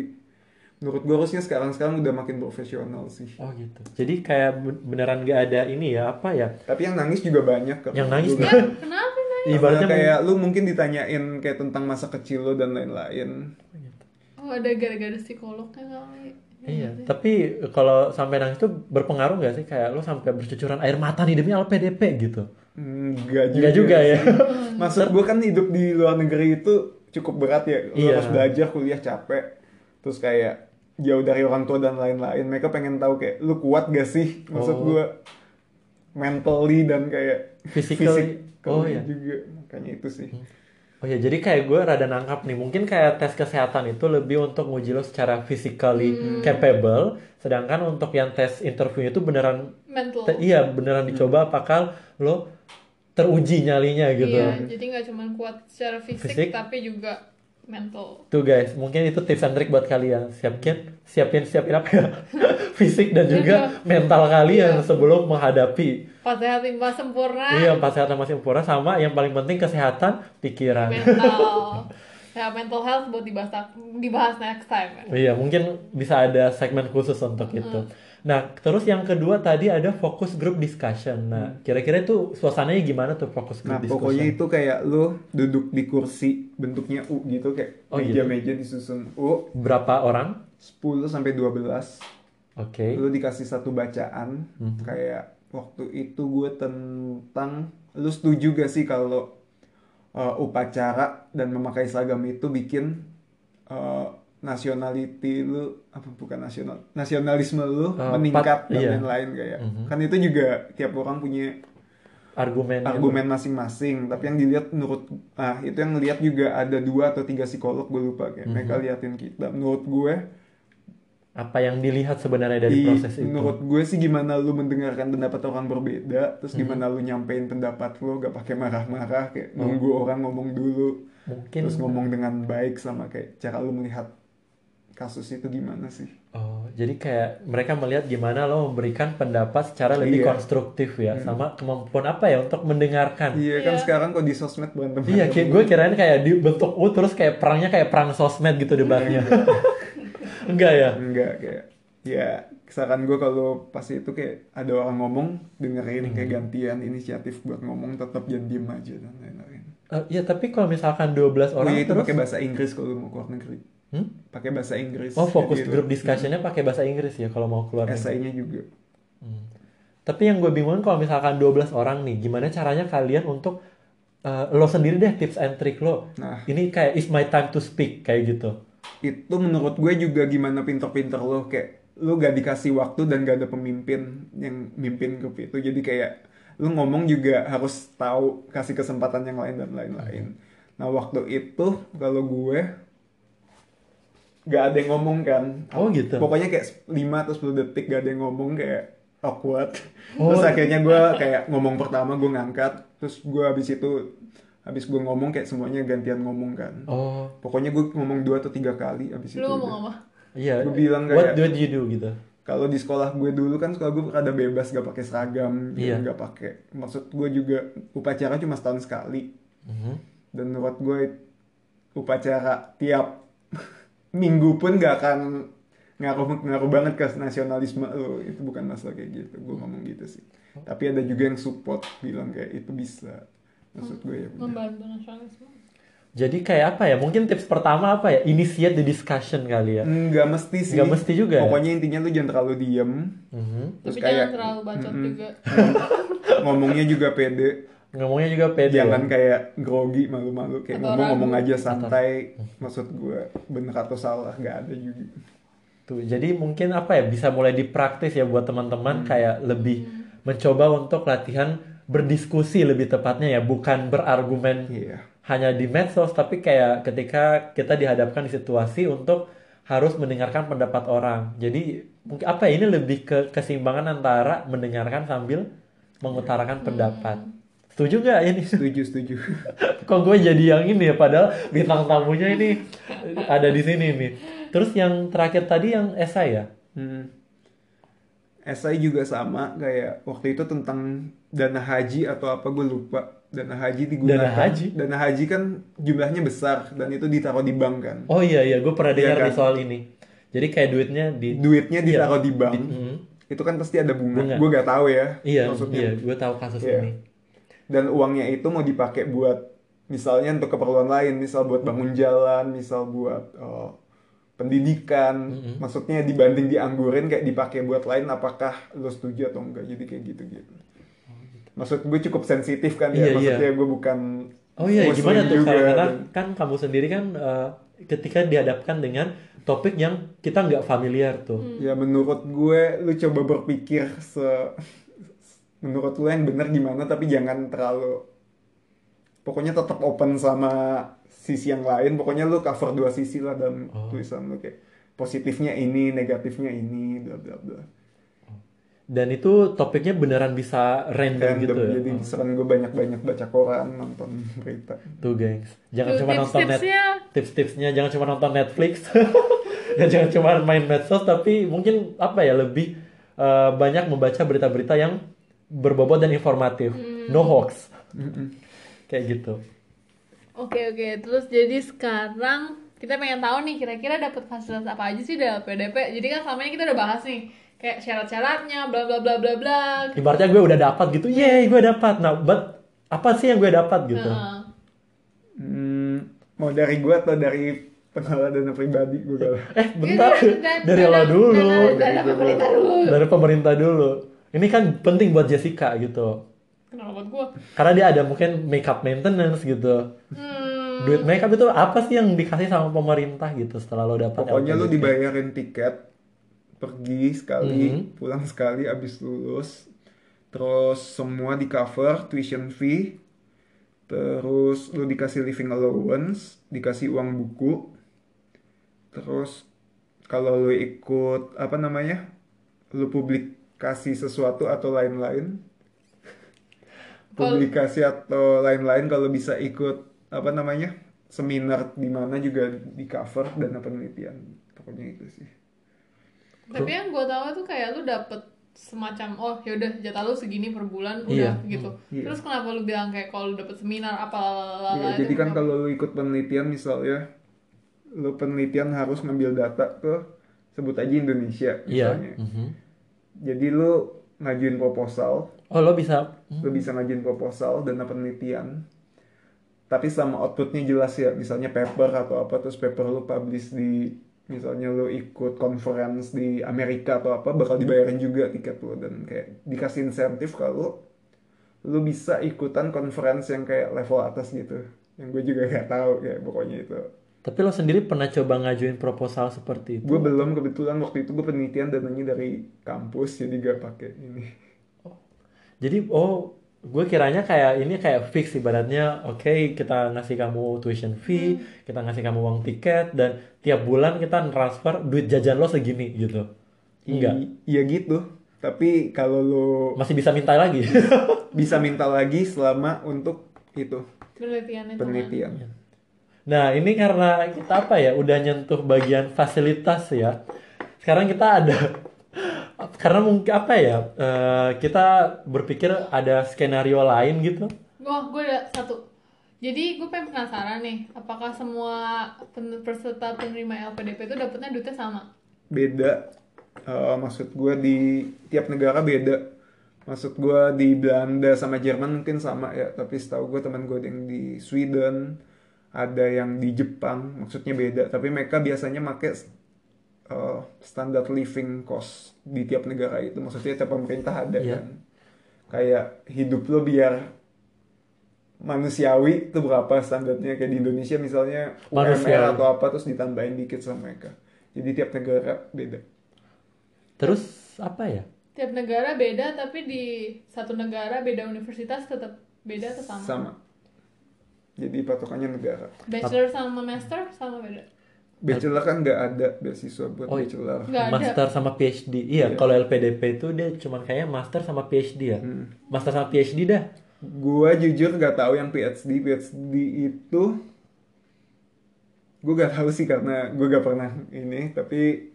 [SPEAKER 3] menurut gue harusnya sekarang sekarang udah makin profesional sih
[SPEAKER 1] Oh gitu. Jadi kayak ben- beneran nggak ada ini ya apa ya?
[SPEAKER 3] tapi yang nangis juga banyak kalau
[SPEAKER 1] Yang nangis
[SPEAKER 3] menurut
[SPEAKER 1] nih.
[SPEAKER 3] gue.
[SPEAKER 2] Kenapa nih?
[SPEAKER 3] Karena
[SPEAKER 1] Ibaratnya
[SPEAKER 3] Iya. kayak lu mungkin ditanyain kayak tentang masa kecil lo dan lain-lain
[SPEAKER 2] Oh ada gara-gara psikolognya kali.
[SPEAKER 1] Iya, tapi kalau sampai nangis tuh berpengaruh nggak sih kayak lo sampai bercucuran air mata nih demi LPDP gitu?
[SPEAKER 3] Enggak juga,
[SPEAKER 1] Enggak juga
[SPEAKER 3] iya.
[SPEAKER 1] ya.
[SPEAKER 3] Maksud gue kan hidup di luar negeri itu cukup berat ya. Lu
[SPEAKER 1] Iya.
[SPEAKER 3] harus belajar, kuliah capek. Terus kayak jauh dari orang tua dan lain-lain. Mereka pengen tahu kayak lu kuat gak sih? Maksud
[SPEAKER 1] Oh.
[SPEAKER 3] gue mentally dan kayak
[SPEAKER 1] Physically.
[SPEAKER 3] physically
[SPEAKER 1] Oh, iya.
[SPEAKER 3] juga. Makanya itu sih.
[SPEAKER 1] Oh ya, jadi kayak gue rada nangkap nih. Mungkin kayak tes kesehatan itu lebih untuk nguji lo secara physically capable, sedangkan untuk yang tes interview itu beneran
[SPEAKER 2] Mental.
[SPEAKER 1] te- iya beneran dicoba apakah lo teruji nyalinya gitu.
[SPEAKER 2] Iya, jadi nggak cuma kuat secara fisik,
[SPEAKER 1] Fisik.
[SPEAKER 2] tapi juga mental.
[SPEAKER 1] Tuh guys, mungkin itu tips and trick buat kalian. Siapin, siapin, siapin apa ya? Fisik dan juga mental kalian sebelum menghadapi.
[SPEAKER 2] Pas sehat imbas sempurna,
[SPEAKER 1] Iya, empat sehat masih sempurna sama yang paling penting kesehatan pikiran.
[SPEAKER 2] mental. Nah, mental health buat dibahas dibahas next time. ya.
[SPEAKER 1] Iya, mungkin bisa ada segmen khusus untuk itu. Nah, terus yang kedua tadi ada fokus group discussion. Nah, kira-kira itu suasananya gimana tuh fokus
[SPEAKER 3] Mm. Nah
[SPEAKER 1] group
[SPEAKER 3] pokoknya
[SPEAKER 1] discussion?
[SPEAKER 3] itu kayak lu duduk di kursi bentuknya U gitu. Kayak
[SPEAKER 1] Oh, gitu.
[SPEAKER 3] meja-meja disusun U.
[SPEAKER 1] Berapa orang?
[SPEAKER 3] 10 sampai 12.
[SPEAKER 1] Oke.
[SPEAKER 3] lu dikasih satu bacaan
[SPEAKER 1] Mhm.
[SPEAKER 3] kayak waktu itu gue tentang lu setuju gak sih kalau uh, upacara dan memakai seragam itu bikin uh, nationality lu apa bukan nasional nasionalisme lu
[SPEAKER 1] Eh, pat-
[SPEAKER 3] meningkat dan
[SPEAKER 1] iya.
[SPEAKER 3] lain-lain kayak kan itu juga tiap orang punya
[SPEAKER 1] Argumen.
[SPEAKER 3] argumen masing-masing tapi yang dilihat menurut ah itu yang lihat juga ada dua atau tiga psikolog gue lupa
[SPEAKER 1] Mhm.
[SPEAKER 3] kayak mereka liatin kita menurut gue
[SPEAKER 1] Apa yang dilihat sebenarnya dari
[SPEAKER 3] Di-
[SPEAKER 1] proses itu?
[SPEAKER 3] menurut gue sih gimana lu mendengarkan pendapat orang berbeda
[SPEAKER 1] Mm-hmm.
[SPEAKER 3] terus gimana lu nyampein pendapat lu gak pakai marah-marah kayak nunggu orang ngomong dulu
[SPEAKER 1] Oh. Mungkin.
[SPEAKER 3] terus ngomong dengan baik sama kayak cara lu melihat kasus itu gimana sih
[SPEAKER 1] Oh, jadi kayak mereka melihat gimana lo memberikan pendapat secara lebih
[SPEAKER 3] Iya.
[SPEAKER 1] konstruktif ya, sama kemampuan apa ya untuk mendengarkan.
[SPEAKER 3] iya
[SPEAKER 2] Iya.
[SPEAKER 3] kan sekarang kok di sosmed berantem
[SPEAKER 1] Iya, kayak gue kirain kayak dibentuk U terus kayak
[SPEAKER 3] Iya,
[SPEAKER 1] perangnya kayak perang sosmed gitu debatnya. Enggak ya?
[SPEAKER 3] enggak kayak ya saran gue kalau pas itu kayak ada orang ngomong dengerin
[SPEAKER 1] Mm-hmm.
[SPEAKER 3] kayak gantian inisiatif buat ngomong tetap jangan diem aja dan lain-lain.
[SPEAKER 1] Eh, ya tapi kalau misalkan 12 orang
[SPEAKER 3] Kuliah Iya, itu
[SPEAKER 1] terus,
[SPEAKER 3] pakai bahasa Inggris kalau lu mau keluar negeri.
[SPEAKER 1] Hmm?
[SPEAKER 3] Pakai bahasa Inggris. Hmm.
[SPEAKER 1] oh fokus
[SPEAKER 3] Jadi lu-
[SPEAKER 1] group discussionnya pakai bahasa Inggris ya kalau mau keluar. negeri.
[SPEAKER 3] Esainya juga.
[SPEAKER 1] Hmm. Tapi yang gue bingung kalau misalkan 12 orang nih, gimana caranya kalian untuk eh, lo sendiri deh tips and trick lo.
[SPEAKER 3] Nah.
[SPEAKER 1] Ini kayak it's my time to speak kayak gitu.
[SPEAKER 3] itu menurut gue juga gimana pinter-pinter lo kayak lo gak dikasih waktu dan gak ada pemimpin yang mimpin grup itu jadi kayak lo ngomong juga harus tahu kasih kesempatan yang lain dan lain-lain nah waktu itu kalau gue gak ada yang ngomong kan
[SPEAKER 1] Oh, gitu.
[SPEAKER 3] pokoknya kayak 5 atau 10 detik gak ada yang ngomong kayak awkward
[SPEAKER 1] Oh.
[SPEAKER 3] terus akhirnya gue kayak ngomong pertama gue ngangkat terus gue habis itu habis gue ngomong kayak semuanya gantian ngomong kan
[SPEAKER 1] Oh,
[SPEAKER 3] Pokoknya gue ngomong dua atau tiga kali abis itu.
[SPEAKER 2] Lu ngomong
[SPEAKER 3] udah.
[SPEAKER 2] apa?
[SPEAKER 1] iya.
[SPEAKER 3] Gue bilang
[SPEAKER 1] What
[SPEAKER 3] kayak-
[SPEAKER 1] do you do gitu.
[SPEAKER 3] Kalau di sekolah gue dulu kan sekolah gue ada bebas gak pakai seragam,
[SPEAKER 1] Iya.
[SPEAKER 3] gitu, gak pakai. Maksud gue juga upacara cuma setahun sekali.
[SPEAKER 1] Mhm.
[SPEAKER 3] Dan menurut gue upacara tiap minggu pun gak akan ngaruh ngaruh banget ke nasionalisme lo itu bukan masalah kayak gitu gue ngomong gitu sih tapi ada juga yang support bilang kayak itu bisa maksud gue ya bener.
[SPEAKER 2] Membantu nasionalisme.
[SPEAKER 1] Jadi kayak apa ya? Mungkin tips pertama apa ya? Initiate the discussion kali ya.
[SPEAKER 3] nggak mesti sih
[SPEAKER 1] Nggak mesti juga ya?
[SPEAKER 3] pokoknya intinya lu jangan terlalu diem
[SPEAKER 1] Mhm.
[SPEAKER 2] Tapi
[SPEAKER 3] Terus
[SPEAKER 2] jangan
[SPEAKER 3] kayak-
[SPEAKER 2] terlalu bacot juga.
[SPEAKER 3] ngomongnya juga pede
[SPEAKER 1] Ngomongnya juga pede. ya.
[SPEAKER 3] jangan kayak grogi malu-malu kayak
[SPEAKER 2] Atau
[SPEAKER 3] ngomong-ngomong
[SPEAKER 2] ragu.
[SPEAKER 3] aja santai maksud gue bener atau salah nggak ada juga
[SPEAKER 1] Tuh, Gitu. jadi mungkin apa ya bisa mulai dipraktis ya buat teman-teman kayak lebih mencoba untuk latihan berdiskusi lebih tepatnya ya, bukan berargumen
[SPEAKER 3] iya
[SPEAKER 1] hanya di medsos tapi kayak ketika kita dihadapkan di situasi untuk harus mendengarkan pendapat orang. Jadi mungkin apa ya ini lebih ke keseimbangan antara mendengarkan sambil mengutarakan pendapat. Setuju nggak ini?
[SPEAKER 3] setuju setuju
[SPEAKER 1] Kok gue jadi yang ini ya padahal bintang tamunya ini ada di sini nih. Terus yang terakhir tadi yang esai ya?
[SPEAKER 3] hmm. esai juga sama kayak waktu itu tentang dana haji atau apa gue lupa dana haji digunakan
[SPEAKER 1] Dana haji?
[SPEAKER 3] dana haji kan jumlahnya besar dan itu ditaruh di bank kan
[SPEAKER 1] Oh iya iya gue pernah
[SPEAKER 3] Iya
[SPEAKER 1] dengar nih
[SPEAKER 3] kan?
[SPEAKER 1] soal ini. Jadi kayak duitnya di
[SPEAKER 3] duitnya ditaruh di bank
[SPEAKER 1] Mhm.
[SPEAKER 3] itu kan pasti ada bunga,
[SPEAKER 1] Iya. Bunga.
[SPEAKER 3] gue gak tahu ya
[SPEAKER 1] Iya,
[SPEAKER 3] maksudnya
[SPEAKER 1] iya, gue tahu kasus
[SPEAKER 3] Iya.
[SPEAKER 1] ini.
[SPEAKER 3] dan uangnya itu mau dipakai buat misalnya untuk keperluan lain misal buat bangun jalan misal buat eh, pendidikan maksudnya dibanding dianggurin kayak dipakai buat lain apakah lo setuju atau enggak jadi kayak gitu gitu maksud gue cukup sensitif
[SPEAKER 1] Oh,
[SPEAKER 3] kan
[SPEAKER 1] Iya,
[SPEAKER 3] ya
[SPEAKER 1] iya.
[SPEAKER 3] maksudnya gue bukan
[SPEAKER 1] Oh iya,
[SPEAKER 3] muslim
[SPEAKER 1] gimana tuh?
[SPEAKER 3] juga, gitu.
[SPEAKER 1] Karena karena
[SPEAKER 3] dan-
[SPEAKER 1] kan kamu sendiri kan eh, ketika dihadapkan dengan topik yang kita nggak familiar tuh.
[SPEAKER 2] Hmm.
[SPEAKER 3] ya menurut gue lu coba berpikir se menurut lu yang bener gimana tapi jangan terlalu pokoknya tetap open sama sisi yang lain pokoknya lu cover dua sisi lah dalam
[SPEAKER 1] Oh.
[SPEAKER 3] tulisan lu kayak positifnya ini negatifnya ini bla bla bla
[SPEAKER 1] Dan itu topiknya beneran bisa random
[SPEAKER 3] Random,
[SPEAKER 1] gitu ya.
[SPEAKER 3] jadi saran gue banyak banyak baca koran nonton berita
[SPEAKER 1] Tuh, gengs. Jangan
[SPEAKER 2] Tuh,
[SPEAKER 1] cuma nonton net
[SPEAKER 2] tips-tipsnya.
[SPEAKER 1] tips-tipsnya jangan cuma nonton Netflix. Dan jangan cuma main medsos tapi mungkin apa ya lebih eh, banyak membaca berita-berita yang berbobot dan informatif.
[SPEAKER 2] Hmm.
[SPEAKER 1] No hoax. Kayak gitu.
[SPEAKER 2] Oke oke. Terus jadi sekarang kita pengen tahu nih kira-kira dapat fasilitas apa aja sih dari PDP. Jadi kan selama ini kita udah bahas nih kayak syarat-syaratnya, bla bla bla bla bla.
[SPEAKER 1] Ibaratnya gue udah dapat gitu. Yeay, gue dapat. Nah, but apa sih yang gue dapat gitu?
[SPEAKER 2] Heeh.
[SPEAKER 3] Hmm, mau dari gue atau dari pengelola dana pribadi gue galau.
[SPEAKER 1] Eh bentar
[SPEAKER 2] Iya, dan-
[SPEAKER 1] dari
[SPEAKER 2] dan-
[SPEAKER 1] lo
[SPEAKER 2] dan-
[SPEAKER 1] dulu
[SPEAKER 2] dan- dan- dan pemerintah dulu.
[SPEAKER 1] dari pemerintah dulu ini kan penting buat Jessica gitu
[SPEAKER 2] Kenapa buat gua?
[SPEAKER 1] karena dia ada mungkin makeup maintenance gitu
[SPEAKER 2] Hmm.
[SPEAKER 1] duit makeup itu apa sih yang dikasih sama pemerintah gitu setelah lo dapat
[SPEAKER 3] Pokoknya lu
[SPEAKER 1] LPDP?
[SPEAKER 3] dibayarin tiket pergi sekali,
[SPEAKER 1] Mhm.
[SPEAKER 3] pulang sekali abis lulus. Terus semua di cover, tuition fee. Terus lu dikasih living allowance, dikasih uang buku. Terus kalau lu ikut apa namanya? Lu publikasi sesuatu atau lain-lain.
[SPEAKER 2] Kalau-
[SPEAKER 3] Publikasi atau lain-lain kalau bisa ikut apa namanya? seminar di mana juga di cover dana penelitian. Pokoknya itu sih.
[SPEAKER 2] Tapi yang gua tahu tuh kayak lu dapet semacam oh yaudah jatah lu segini per bulan
[SPEAKER 1] Iya.
[SPEAKER 2] udah gitu.
[SPEAKER 3] Iya.
[SPEAKER 2] Terus kenapa lu bilang kayak kalau lu dapet seminar apa
[SPEAKER 3] Iya,
[SPEAKER 2] lalala
[SPEAKER 3] jadi
[SPEAKER 2] itu
[SPEAKER 3] kan
[SPEAKER 2] kenapa?
[SPEAKER 3] kalau lu ikut penelitian misalnya, lu penelitian harus ngambil data ke sebut aja Indonesia
[SPEAKER 1] Iya.
[SPEAKER 3] misalnya.
[SPEAKER 1] Mhm.
[SPEAKER 3] Jadi lu ngajuin proposal,
[SPEAKER 1] Oh lo bisa.
[SPEAKER 3] lu bisa ngajuin proposal dan penelitian. Tapi sama outputnya jelas ya, misalnya paper atau apa, terus paper lu publish di, misalnya lu ikut conference di Amerika atau apa, bakal dibayarin juga tiket lu. Dan kayak dikasih insentif kalau lu bisa ikutan conference yang kayak level atas gitu. Yang gue juga gak tahu kayak pokoknya itu.
[SPEAKER 1] Tapi lo sendiri pernah coba ngajuin proposal seperti itu?
[SPEAKER 3] Gue belum kebetulan waktu itu gue penelitian dananya dari kampus, jadi gak pakai ini.
[SPEAKER 1] Jadi oh gue kiranya kayak ini kayak fix ibaratnya oke kita ngasih kamu tuition fee, kita ngasih kamu uang tiket dan tiap bulan kita transfer duit jajan lo segini gitu. Enggak.
[SPEAKER 3] I- Iya gitu. Tapi kalau lo
[SPEAKER 1] Masih bisa minta lagi.
[SPEAKER 3] bisa minta lagi selama untuk itu
[SPEAKER 2] penelitiannya cuman.
[SPEAKER 3] penelitian.
[SPEAKER 1] Nah, ini karena kita apa ya, udah nyentuh bagian fasilitas ya. Sekarang kita ada karena mungkin apa ya, eh, kita berpikir ada skenario lain gitu.
[SPEAKER 2] Wah, gue ada satu. Jadi gue pengen penasaran nih, apakah semua pen- peserta penerima LPDP itu dapetnya duitnya sama?
[SPEAKER 3] Beda. Eh, maksud gue di tiap negara beda. Maksud gue di Belanda sama Jerman mungkin sama ya. Tapi setahu gue teman gue ada yang di Sweden, ada yang di Jepang. Maksudnya beda. Tapi mereka biasanya make eh, standar living cost di tiap negara itu. Maksudnya tiap pemerintah ada
[SPEAKER 1] Iya.
[SPEAKER 3] kan. Kayak hidup lo biar manusiawi itu berapa standarnya kayak di Indonesia misalnya
[SPEAKER 1] Manusiawi.
[SPEAKER 3] UMR atau apa terus ditambahin dikit sama mereka jadi tiap negara beda
[SPEAKER 1] Terus apa ya?
[SPEAKER 2] Tiap negara beda, tapi di satu negara beda universitas tetap beda atau sama?
[SPEAKER 3] sama jadi patokannya negara
[SPEAKER 1] Nah.
[SPEAKER 2] Bachelor sama master sama beda.
[SPEAKER 3] bachelor kan nggak ada beasiswa buat
[SPEAKER 1] Oh, iya.
[SPEAKER 3] bachelor
[SPEAKER 2] Nggak ada.
[SPEAKER 1] Master sama PhD. Iya, kalau LPDP itu dia cuman kayaknya master sama PhD ya.
[SPEAKER 3] Hmm.
[SPEAKER 1] Master sama PhD dah.
[SPEAKER 3] gua jujur nggak tahu yang PhD PhD itu gua gak tahu sih karena gua gak pernah ini tapi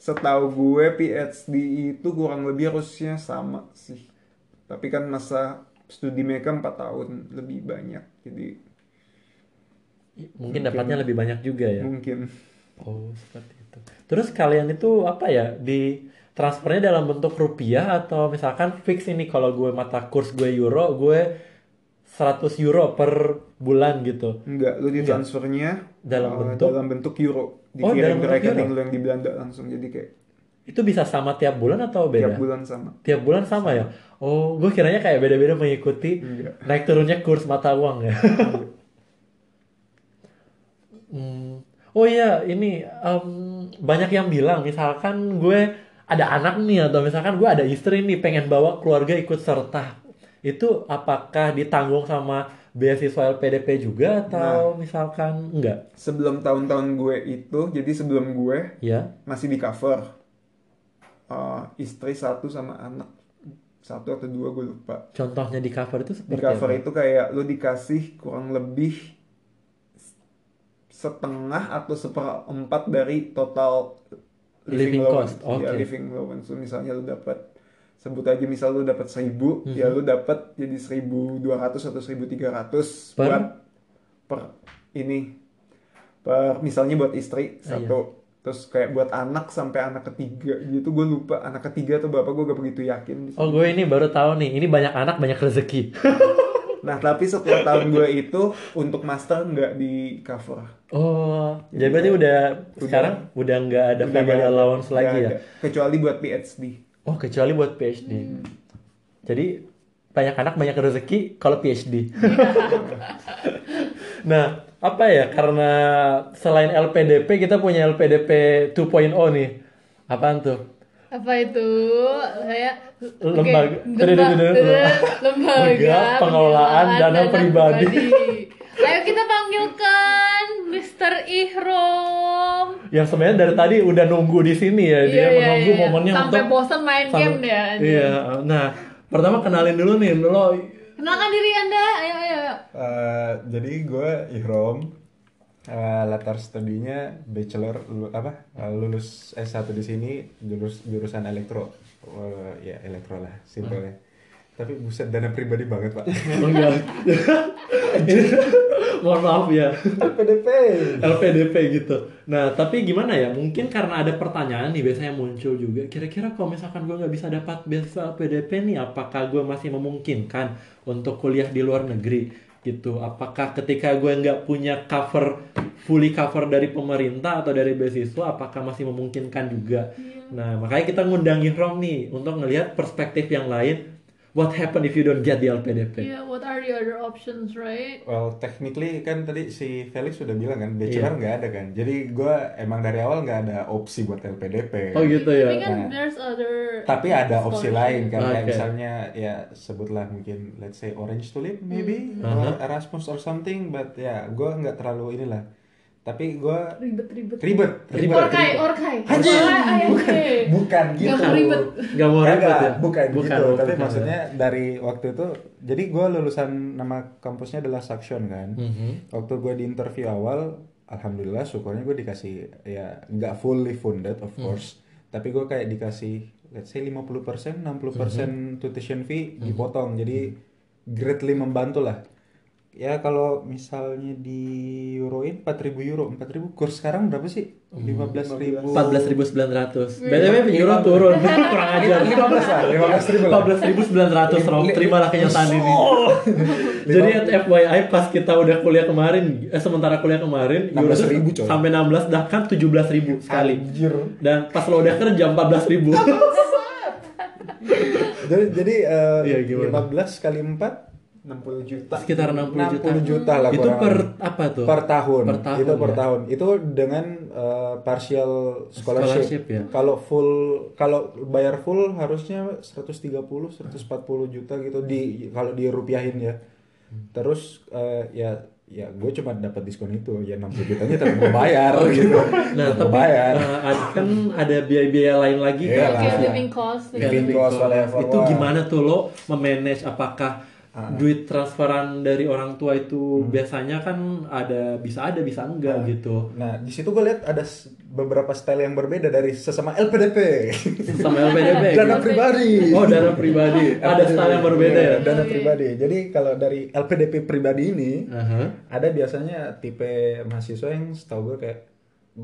[SPEAKER 3] setahu gue PhD itu kurang lebih harusnya sama sih tapi kan masa studi mereka 4 tahun lebih banyak jadi
[SPEAKER 1] Mungkin dapatnya lebih banyak juga ya.
[SPEAKER 3] mungkin
[SPEAKER 1] Oh, seperti itu. Terus kalian itu apa ya? Di transfernya dalam bentuk rupiah atau misalkan fix ini kalau gue mata kurs gue euro, gue 100 euro per bulan gitu.
[SPEAKER 3] Enggak, lu ditransfernya
[SPEAKER 1] Dalam
[SPEAKER 3] eh,
[SPEAKER 1] bentuk?
[SPEAKER 3] dalam bentuk euro
[SPEAKER 1] Oh, dalam
[SPEAKER 3] dikirim ke
[SPEAKER 1] bentuk
[SPEAKER 3] rekening
[SPEAKER 1] euro.
[SPEAKER 3] lu yang di Belanda langsung jadi kayak
[SPEAKER 1] Itu bisa sama tiap bulan atau beda?
[SPEAKER 3] tiap bulan sama
[SPEAKER 1] Tiap bulan sama ya? Oh, gue kiranya kayak beda-beda mengikuti
[SPEAKER 3] Enggak.
[SPEAKER 1] naik turunnya kurs mata uang ya. Hmm. Oh iya, ini em, banyak yang bilang misalkan gue ada anak nih atau misalkan gue ada istri nih pengen bawa keluarga ikut serta. Itu apakah ditanggung sama beasiswa LPDP juga
[SPEAKER 3] Nah.
[SPEAKER 1] atau misalkan enggak?
[SPEAKER 3] sebelum tahun-tahun gue itu jadi sebelum gue
[SPEAKER 1] Ya.
[SPEAKER 3] masih di cover Eh, istri satu sama anak satu atau dua gue lupa
[SPEAKER 1] Contohnya di cover itu
[SPEAKER 3] di
[SPEAKER 1] seperti
[SPEAKER 3] cover
[SPEAKER 1] apa?
[SPEAKER 3] itu kayak lu dikasih kurang lebih setengah atau seperempat dari total
[SPEAKER 1] Living
[SPEAKER 3] allowance.
[SPEAKER 1] cost, oke.
[SPEAKER 3] Ya, living allowance. So, misalnya lu dapat sebut aja misal lu dapat 1000,
[SPEAKER 1] Mhm.
[SPEAKER 3] ya lu dapat jadi 1200 atau 1300
[SPEAKER 1] Per?
[SPEAKER 3] buat per ini per misalnya buat istri
[SPEAKER 1] Ah,
[SPEAKER 3] satu
[SPEAKER 1] iya.
[SPEAKER 3] terus kayak buat anak sampai anak ketiga gitu gue lupa anak ketiga atau bapak gue gak begitu yakin
[SPEAKER 1] Oh, gue ini baru tahu nih. Ini banyak anak, banyak rezeki.
[SPEAKER 3] Nah, tapi setelah tahun gue itu untuk master nggak di cover.
[SPEAKER 1] Oh, jadi berarti udah sekarang udah nggak ada
[SPEAKER 3] Udah
[SPEAKER 1] family
[SPEAKER 3] nggak ada.
[SPEAKER 1] allowance
[SPEAKER 3] Nggak
[SPEAKER 1] lagi ya?
[SPEAKER 3] ada. Kecuali buat PhD.
[SPEAKER 1] Oh, kecuali buat PhD. Jadi banyak anak banyak rezeki kalau PhD. nah, apa ya? Karena selain LPDP kita punya LPDP 2.0 nih. Apaan tuh?
[SPEAKER 2] Apa itu? Saya
[SPEAKER 1] L-
[SPEAKER 2] Oke,
[SPEAKER 1] lembaga-
[SPEAKER 2] lemba-
[SPEAKER 1] lembaga-
[SPEAKER 2] lembaga
[SPEAKER 1] pengelolaan dana pribadi.
[SPEAKER 2] Ayo kita panggilkan Mr. Ihrom.
[SPEAKER 1] Yang sebenarnya dari tadi udah nunggu di sini ya, dia
[SPEAKER 2] Iya, iya,
[SPEAKER 1] menunggu
[SPEAKER 2] iya.
[SPEAKER 1] momennya
[SPEAKER 2] sampai
[SPEAKER 1] untuk
[SPEAKER 2] bosan main game
[SPEAKER 1] Sampai-
[SPEAKER 2] deh. anjing.
[SPEAKER 1] Iya. Nah, pertama kenalin dulu nih lo
[SPEAKER 2] Kenalkan diri Anda. Ayo ayo ayo.
[SPEAKER 4] Eh, jadi gue Ihrom Eh, latar studinya bachelor lu- apa eh, lulus S1 di sini jurus jurusan elektro Eh, ya elektro lah
[SPEAKER 3] ya.
[SPEAKER 4] simpelnya tapi buset dana pribadi banget pak
[SPEAKER 1] enggak. Ini- mohon maaf ya
[SPEAKER 3] PDP.
[SPEAKER 1] LPDP gitu. Nah, tapi gimana ya? Mungkin karena ada pertanyaan nih biasanya muncul juga. Kira-kira kalau misalkan gue nggak bisa dapat beasiswa LPDP nih, apakah gue masih memungkinkan untuk kuliah di luar negeri? gitu apakah ketika gue nggak punya cover fully cover dari pemerintah atau dari beasiswa apakah masih memungkinkan juga nah makanya kita ngundang Ihrom nih untuk ngelihat perspektif yang lain what happen if you don't get the LPDP
[SPEAKER 2] Yeah, Iya, what are the other options, right?
[SPEAKER 3] Well, technically kan tadi si Felix sudah bilang kan,
[SPEAKER 1] Iya.
[SPEAKER 3] bachelor nggak ada kan. Jadi gue emang dari awal nggak ada opsi buat LPDP.
[SPEAKER 1] oh gitu ya
[SPEAKER 2] Tapi kan
[SPEAKER 3] Nah.
[SPEAKER 2] there's other
[SPEAKER 3] Tapi ada opsi
[SPEAKER 2] scholarship.
[SPEAKER 3] lain kan, kayak
[SPEAKER 1] Oke.
[SPEAKER 3] misalnya ya sebutlah mungkin let's say Orange Tulip maybe
[SPEAKER 1] Uh-huh.
[SPEAKER 3] or Erasmus or something, but ya gue nggak terlalu inilah. Tapi gue
[SPEAKER 2] Ribet-ribet.
[SPEAKER 3] ribet, ribet.
[SPEAKER 2] Orkai,
[SPEAKER 3] ribet.
[SPEAKER 2] orkai. Ah, ya,
[SPEAKER 3] Anjing,
[SPEAKER 2] bukan.
[SPEAKER 3] bukan
[SPEAKER 2] Nggak
[SPEAKER 3] gitu.
[SPEAKER 2] mau ribet.
[SPEAKER 1] nggak mau
[SPEAKER 3] Kagak,
[SPEAKER 1] ribet ya
[SPEAKER 3] bukan, gitu. Tapi
[SPEAKER 1] bukan.
[SPEAKER 3] maksudnya dari waktu itu, jadi gue lulusan nama kampusnya adalah Suction kan.
[SPEAKER 1] Mhm.
[SPEAKER 3] Waktu gue di interview awal, alhamdulillah syukurnya gue dikasih ya nggak fully funded of course, tapi gue kayak dikasih let's say 50 60 tuition fee dipotong. Jadi greatly membantu lah. Ya kalau misalnya di euroin 4000 euro, 4000 kurs sekarang berapa sih? 15000
[SPEAKER 1] 14.900 BTW euro turun Iya. Kurang ajar
[SPEAKER 3] 15 lah, 15.000 lah.
[SPEAKER 1] 14.900 Rob Terimalah kenyataan ini
[SPEAKER 3] Oh.
[SPEAKER 1] Jadi at FYI pas kita udah kuliah kemarin eh, Sementara kuliah kemarin Euro tuh
[SPEAKER 3] 16.000, coy.
[SPEAKER 1] Sampai 16 dah kan 17.000 sekali
[SPEAKER 3] Anjir.
[SPEAKER 1] Dan pas lo udah kerja 14.000
[SPEAKER 3] Jadi, jadi eh,
[SPEAKER 1] Iya, gimana?
[SPEAKER 3] 15 kali 4
[SPEAKER 5] 60 juta.
[SPEAKER 1] Sekitar 60 juta
[SPEAKER 3] 60 juta lah
[SPEAKER 1] Itu
[SPEAKER 3] kurang.
[SPEAKER 1] per apa tuh?
[SPEAKER 3] per tahun.
[SPEAKER 1] Per tahun
[SPEAKER 3] itu per
[SPEAKER 1] ya?
[SPEAKER 3] tahun. Itu dengan eh, partial scholarship.
[SPEAKER 1] Scholarship, ya.
[SPEAKER 3] Kalau full kalau bayar full harusnya 130 140 juta gitu di kalau dirupiahin ya. Terus eh, ya ya gue cuma dapat diskon itu ya 60 jutanya tetap gue bayar gitu.
[SPEAKER 1] Nah tapi
[SPEAKER 3] Tetap gue bayar.
[SPEAKER 1] eh, ada- kan ada biaya-biaya lain lagi
[SPEAKER 3] Iya
[SPEAKER 1] kan
[SPEAKER 3] lah.
[SPEAKER 2] Oke, living cost. Iya,
[SPEAKER 3] Living
[SPEAKER 1] Living
[SPEAKER 3] cost,
[SPEAKER 1] cost.
[SPEAKER 3] whatever. Ah.
[SPEAKER 1] itu gimana tuh lo memanage apakah duit transferan dari orang tua
[SPEAKER 3] Hmm.
[SPEAKER 1] itu biasanya kan ada bisa ada bisa enggak gitu
[SPEAKER 3] Nah, di situ gue lihat ada s- beberapa style yang berbeda dari sesama LPDP.
[SPEAKER 1] sama LPDP
[SPEAKER 3] Dana
[SPEAKER 1] gitu.
[SPEAKER 3] pribadi.
[SPEAKER 1] oh dana pribadi ada style yang berbeda ya
[SPEAKER 3] Iya, Dana pribadi. Jadi kalau dari LPDP pribadi ini
[SPEAKER 1] Aha.
[SPEAKER 3] ada biasanya tipe mahasiswa yang setahu gue kayak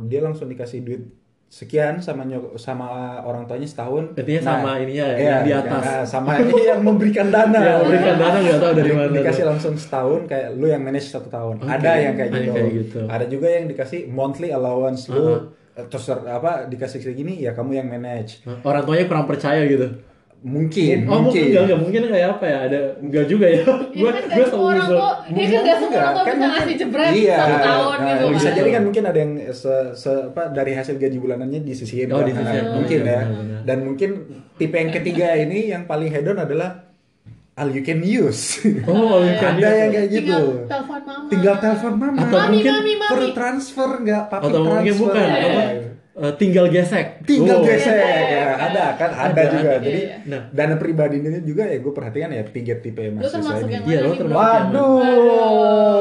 [SPEAKER 3] dia langsung dikasih duit sekian sama nyok- sama orang tuanya setahun.
[SPEAKER 1] Intinya sama ininya ya,
[SPEAKER 3] iya,
[SPEAKER 1] yang di atas.
[SPEAKER 3] nah, sama ini yang memberikan dana.
[SPEAKER 1] Yang memberikan dana nggak tahu dari mana
[SPEAKER 3] Nah, Dikasih
[SPEAKER 1] tuh.
[SPEAKER 3] langsung setahun kayak lu yang manage satu tahun.
[SPEAKER 1] Oke.
[SPEAKER 3] Ada yang kayak
[SPEAKER 1] Ada
[SPEAKER 3] gitu.
[SPEAKER 1] kayak gitu. Uh-huh.
[SPEAKER 3] Ada juga yang dikasih monthly allowance lu eh, terus apa dikasih segini ya kamu yang manage.
[SPEAKER 1] Nah, orang tuanya kurang percaya gitu
[SPEAKER 3] Mungkin,
[SPEAKER 1] oh mungkin enggak, enggak. mungkin kayak apa ya ada enggak juga ya
[SPEAKER 2] Gue
[SPEAKER 1] gue
[SPEAKER 2] kan
[SPEAKER 1] gue
[SPEAKER 2] gak semua orang tuh, dia kan gak semua orang tuh bisa
[SPEAKER 3] mungkin-
[SPEAKER 2] ngasih jebret
[SPEAKER 3] Iya,
[SPEAKER 2] satu tahun
[SPEAKER 3] nah,
[SPEAKER 2] gitu
[SPEAKER 3] Bisa
[SPEAKER 2] kan.
[SPEAKER 3] jadi kan mungkin ada yang se, se- apa, dari hasil gaji bulanannya disisihin.
[SPEAKER 1] Oh,
[SPEAKER 3] kan,
[SPEAKER 1] disisihin.
[SPEAKER 3] nah, mungkin
[SPEAKER 1] Iya,
[SPEAKER 3] ya.
[SPEAKER 1] benar-benar.
[SPEAKER 3] Dan mungkin tipe yang ketiga ini yang paling hedon adalah all you can use.
[SPEAKER 1] oh mungkin
[SPEAKER 3] ada yang kayak gitu.
[SPEAKER 2] Tinggal telepon mama.
[SPEAKER 3] Tinggal telepon mama.
[SPEAKER 1] Atau
[SPEAKER 2] Mami,
[SPEAKER 1] mungkin
[SPEAKER 2] mami, mami.
[SPEAKER 3] per transfer nggak papi
[SPEAKER 1] atau
[SPEAKER 3] transfer.
[SPEAKER 1] mungkin bukan
[SPEAKER 3] Iya.
[SPEAKER 1] apa, eh, tinggal gesek
[SPEAKER 3] Tinggal
[SPEAKER 1] Oh.
[SPEAKER 3] gesek
[SPEAKER 2] Iya.
[SPEAKER 3] ya, ada kan ada,
[SPEAKER 1] Ada,
[SPEAKER 3] juga.
[SPEAKER 1] ada.
[SPEAKER 3] Jadi
[SPEAKER 1] Iya, iya.
[SPEAKER 3] dana pribadi ini juga ya gue perhatikan ya tiga tipe
[SPEAKER 2] Lu
[SPEAKER 3] mahasiswa
[SPEAKER 2] termasuk
[SPEAKER 3] ini.
[SPEAKER 2] yang
[SPEAKER 1] Iya, lo
[SPEAKER 2] mana nih, bro?
[SPEAKER 1] termasuk yang-
[SPEAKER 3] Waduh,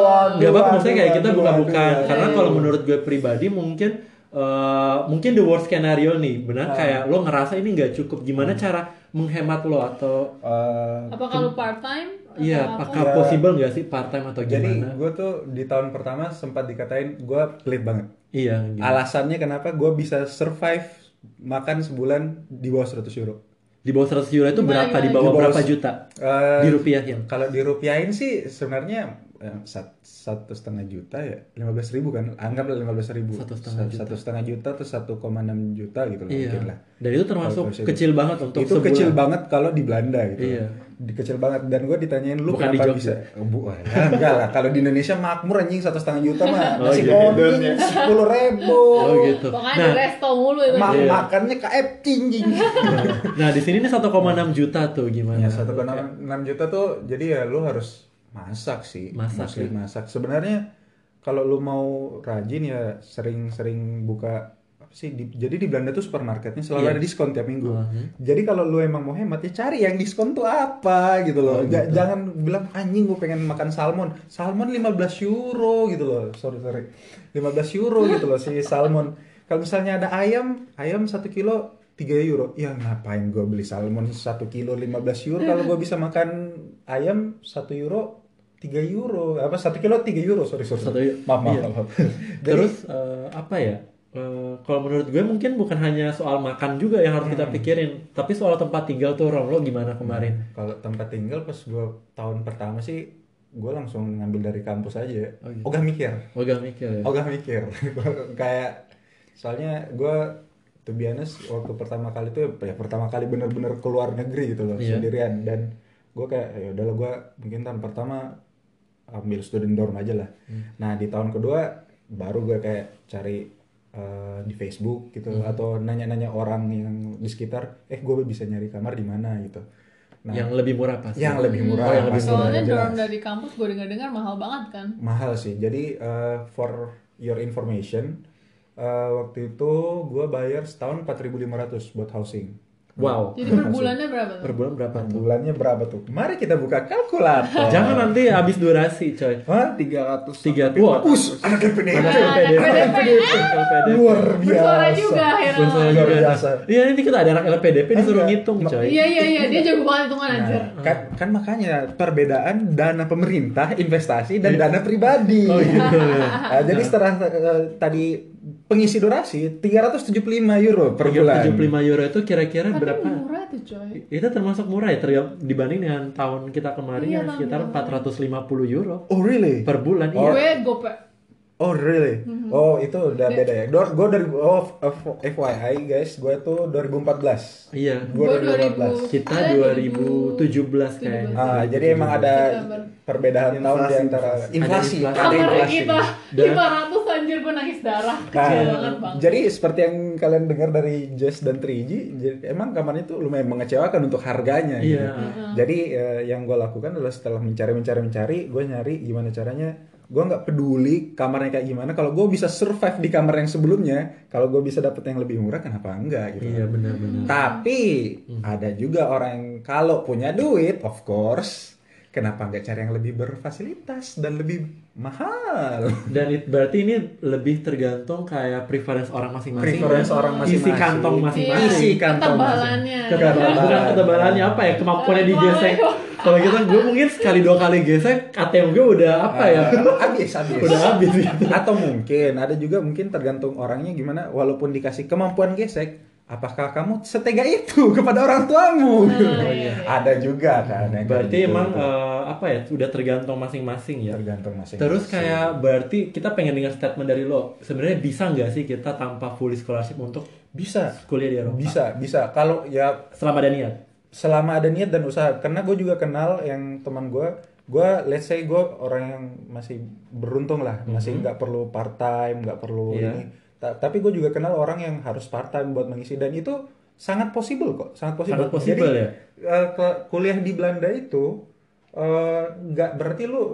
[SPEAKER 3] waduh,
[SPEAKER 1] Gak apa-apa,
[SPEAKER 3] waduh,
[SPEAKER 1] maksudnya kayak kita
[SPEAKER 3] waduh,
[SPEAKER 1] buka-bukaan.
[SPEAKER 3] waduh.
[SPEAKER 1] Karena kalau menurut gue pribadi mungkin eh, mungkin the worst scenario nih,
[SPEAKER 3] Nah.
[SPEAKER 1] benar kayak lo ngerasa ini nggak cukup. Gimana cara menghemat lo atau
[SPEAKER 3] Eh,
[SPEAKER 2] Apakah lu part time?
[SPEAKER 1] iya, apakah possible nggak sih part time atau
[SPEAKER 3] Jadi
[SPEAKER 1] gimana?
[SPEAKER 3] gue tuh di tahun pertama sempat dikatain gue pelit banget.
[SPEAKER 1] iya, gitu.
[SPEAKER 3] Alasannya kenapa gue bisa survive makan sebulan di bawah 100 euro.
[SPEAKER 1] di bawah 100 euro itu
[SPEAKER 2] Gimana,
[SPEAKER 1] berapa? Di
[SPEAKER 2] gimana?
[SPEAKER 1] bawah
[SPEAKER 3] Di bawah
[SPEAKER 1] berapa
[SPEAKER 3] se-
[SPEAKER 1] juta?
[SPEAKER 3] Eh,
[SPEAKER 1] Di rupiah ya.
[SPEAKER 3] Kalau dirupiahin sih sebenarnya eh, sat- satu setengah juta ya 15.000 ribu kan anggaplah 15.000 ribu
[SPEAKER 1] Satu setengah juta.
[SPEAKER 3] satu setengah juta terus 1,6 juta gitu lah
[SPEAKER 1] Iya.
[SPEAKER 3] mungkin lah
[SPEAKER 1] Dan itu termasuk
[SPEAKER 3] Kalau possible.
[SPEAKER 1] kecil banget untuk
[SPEAKER 3] itu
[SPEAKER 1] sebulan.
[SPEAKER 3] kecil banget kalau di Belanda gitu
[SPEAKER 1] Iya.
[SPEAKER 3] Di- kecil banget dan gue ditanyain lu
[SPEAKER 1] Bukan di
[SPEAKER 3] kenapa
[SPEAKER 1] Jogja.
[SPEAKER 3] bisa Eh, bu eh, enggak lah kalau di Indonesia makmur anjing satu setengah juta mah
[SPEAKER 1] Oh,
[SPEAKER 3] nasi
[SPEAKER 1] gitu.
[SPEAKER 3] kuning sepuluh ribu
[SPEAKER 1] Oh gitu.
[SPEAKER 2] Pokoknya
[SPEAKER 1] Nah,
[SPEAKER 2] di resto mulu ya, itu.
[SPEAKER 3] Ma-
[SPEAKER 1] Iya.
[SPEAKER 3] makannya KFC anjing
[SPEAKER 1] nah di sini nih 1,6 juta tuh gimana?
[SPEAKER 3] Ya, 1,6 juta tuh jadi ya lu harus masak sih.
[SPEAKER 1] Masak,
[SPEAKER 3] Mostly
[SPEAKER 1] ya.
[SPEAKER 3] masak. Sebenarnya kalau lu mau rajin ya sering-sering buka apa sih di- jadi di Belanda tuh supermarketnya selalu
[SPEAKER 1] Iya.
[SPEAKER 3] ada diskon tiap minggu.
[SPEAKER 1] Mhm.
[SPEAKER 3] Jadi kalau lu emang mau hemat ya cari yang diskon tuh apa gitu
[SPEAKER 1] Oh,
[SPEAKER 3] loh. Ja-
[SPEAKER 1] gitu.
[SPEAKER 3] Jangan bilang anjing gue pengen makan salmon. Salmon 15 euro gitu loh. Sorry sorry. 15 euro gitu loh si salmon. Kalau misalnya ada ayam, ayam 1 kilo 3 euro. Ya ngapain gue beli salmon 1 kilo 15 euro kalau gue bisa makan ayam 1 euro tiga euro apa satu kilo tiga euro sorry sorry
[SPEAKER 1] Satu euro.
[SPEAKER 3] maaf maaf,
[SPEAKER 1] Iya.
[SPEAKER 3] maaf. Jadi,
[SPEAKER 1] Terus eh, apa ya? Eh, kalau menurut gue mungkin bukan hanya soal makan juga yang harus kita pikirin, tapi soal tempat tinggal tuh Rom lo gimana kemarin?
[SPEAKER 3] Kalau tempat tinggal pas gue tahun pertama sih gue langsung ngambil dari kampus aja.
[SPEAKER 1] Oh, gitu.
[SPEAKER 3] Ogah mikir,
[SPEAKER 1] Gue gak mikir ya.
[SPEAKER 3] ogah mikir. Kayak soalnya gue to be honest, waktu pertama kali tuh ya pertama kali bener-bener keluar negeri gitu loh
[SPEAKER 1] Iya.
[SPEAKER 3] sendirian dan gue kayak ya udahlah gue mungkin tahun pertama ambil student dorm aja lah.
[SPEAKER 1] Hmm.
[SPEAKER 3] Nah di tahun kedua baru gue kayak cari eh, di Facebook gitu
[SPEAKER 1] Hmm.
[SPEAKER 3] atau nanya-nanya orang yang di sekitar, eh gue bisa nyari kamar di mana gitu. Nah,
[SPEAKER 1] yang lebih murah pasti.
[SPEAKER 3] yang lebih murah
[SPEAKER 1] Oh, yang lebih
[SPEAKER 3] pasti,
[SPEAKER 1] murah.
[SPEAKER 2] Soalnya
[SPEAKER 3] jelas.
[SPEAKER 2] dorm dari kampus gue dengar-dengar mahal banget kan.
[SPEAKER 3] mahal sih jadi eh, for your information eh, waktu itu gue bayar setahun 4.500 buat housing
[SPEAKER 1] Wow.
[SPEAKER 2] Jadi per bulannya berapa tuh?
[SPEAKER 1] Per bulan berapa tuh?
[SPEAKER 3] bulannya berapa tuh mari kita buka kalkulator
[SPEAKER 1] Jangan nanti habis durasi coy.
[SPEAKER 3] Hah?
[SPEAKER 5] tiga ratus
[SPEAKER 1] Tiga tua.
[SPEAKER 3] us
[SPEAKER 2] Nah,
[SPEAKER 3] anak LPDP
[SPEAKER 2] anak PDP
[SPEAKER 1] LPDP.
[SPEAKER 3] luar biasa
[SPEAKER 2] bersuara juga ya. akhirnya.
[SPEAKER 1] Luar
[SPEAKER 3] Luar
[SPEAKER 1] biasa.
[SPEAKER 3] biasa.
[SPEAKER 1] Iya nanti kita ada anak LPDP disuruh
[SPEAKER 3] Enggak.
[SPEAKER 1] ngitung coy.
[SPEAKER 2] Iya iya iya dia jago banget hitungan
[SPEAKER 3] Nah,
[SPEAKER 2] anjir.
[SPEAKER 3] kan, kan makanya perbedaan dana pemerintah investasi dan dana pribadi
[SPEAKER 1] Iya. Oh gitu.
[SPEAKER 3] Nah, jadi setelah eh, tadi pengisi durasi 375 euro per bulan
[SPEAKER 1] 75 euro itu kira-kira
[SPEAKER 2] Tapi
[SPEAKER 1] berapa?
[SPEAKER 2] murah tuh coy.
[SPEAKER 1] Itu termasuk murah ya terga- dibanding dengan tahun kita kemarin
[SPEAKER 2] Iya,
[SPEAKER 1] yang
[SPEAKER 2] tahun
[SPEAKER 1] sekitar 450 euro
[SPEAKER 3] oh really
[SPEAKER 1] per bulan. Iya.
[SPEAKER 2] Gue gope.
[SPEAKER 3] Oh really? Oh itu udah beda ya. Dor, gue dari oh F- FYI guys, gue tuh 2014.
[SPEAKER 1] Iya.
[SPEAKER 2] Gue 2000.
[SPEAKER 3] 2015.
[SPEAKER 1] Kita
[SPEAKER 2] Ada
[SPEAKER 1] 2017 kayak.
[SPEAKER 3] Ah, jadi emang ada
[SPEAKER 2] September.
[SPEAKER 3] perbedaan tahun di
[SPEAKER 5] Inflasi,
[SPEAKER 3] antara
[SPEAKER 5] inflasi.
[SPEAKER 3] inflasi.
[SPEAKER 1] Ada inflasi.
[SPEAKER 2] Kamar kita
[SPEAKER 1] Dan-
[SPEAKER 2] 500 anjir gue nangis darah.
[SPEAKER 3] Nah,
[SPEAKER 2] Kecil banget bang.
[SPEAKER 3] jadi seperti yang kalian dengar dari Jess dan Triji, jadi emang kamarnya tuh lumayan mengecewakan untuk harganya. gitu.
[SPEAKER 1] Iya.
[SPEAKER 3] Jadi eh, yang gue lakukan adalah setelah mencari mencari mencari, gue nyari gimana caranya. Gue nggak peduli kamarnya kayak gimana. Kalau gue bisa survive di kamar yang sebelumnya, kalau gue bisa dapet yang lebih murah, kenapa enggak gitu?
[SPEAKER 1] Iya benar-benar.
[SPEAKER 3] Tapi
[SPEAKER 2] Hmm.
[SPEAKER 3] ada juga orang yang kalau punya duit, of course, kenapa nggak cari yang lebih berfasilitas dan lebih mahal?
[SPEAKER 1] Dan it- berarti ini lebih tergantung kayak preference orang masing-masing.
[SPEAKER 3] Preference
[SPEAKER 1] dan
[SPEAKER 3] orang
[SPEAKER 1] Isi
[SPEAKER 3] masing-masing.
[SPEAKER 1] kantong
[SPEAKER 3] kan? Isi
[SPEAKER 1] masing-masing.
[SPEAKER 3] kantong.
[SPEAKER 2] Ketebalannya.
[SPEAKER 1] Ketebalan. Bukan ketebalannya apa ya kemampuannya digesek. Kalau kita gue mungkin sekali dua kali gesek ATM gue udah apa ya?
[SPEAKER 3] Ah, Habis, habis.
[SPEAKER 1] udah habis gitu.
[SPEAKER 3] Atau mungkin ada juga mungkin tergantung orangnya gimana. Walaupun dikasih kemampuan gesek, apakah kamu setega itu kepada orang
[SPEAKER 2] Oh,
[SPEAKER 3] tuamu?
[SPEAKER 2] iya, iya.
[SPEAKER 3] Ada juga kan. yang kayak
[SPEAKER 1] Berarti
[SPEAKER 3] gitu.
[SPEAKER 1] emang eh, apa ya? Udah tergantung masing-masing ya.
[SPEAKER 3] tergantung masing.
[SPEAKER 1] Terus kayak berarti kita pengen dengar statement dari lo. Sebenarnya bisa nggak sih kita tanpa full scholarship untuk
[SPEAKER 3] bisa,
[SPEAKER 1] kuliah di Eropa?
[SPEAKER 3] bisa, bisa. Kalau ya
[SPEAKER 1] Selama ada niat.
[SPEAKER 3] selama ada niat dan usaha karena gue juga kenal yang teman gue gue let's say gue orang yang masih beruntung lah masih nggak perlu part time nggak perlu
[SPEAKER 1] Iya.
[SPEAKER 3] ini Ta- tapi gue juga kenal orang yang harus part time buat mengisi dan itu sangat possible kok sangat possible
[SPEAKER 1] Sangat possible
[SPEAKER 3] Jadi,
[SPEAKER 1] ya?
[SPEAKER 3] eh, ke- kuliah di Belanda itu eh, nggak berarti lu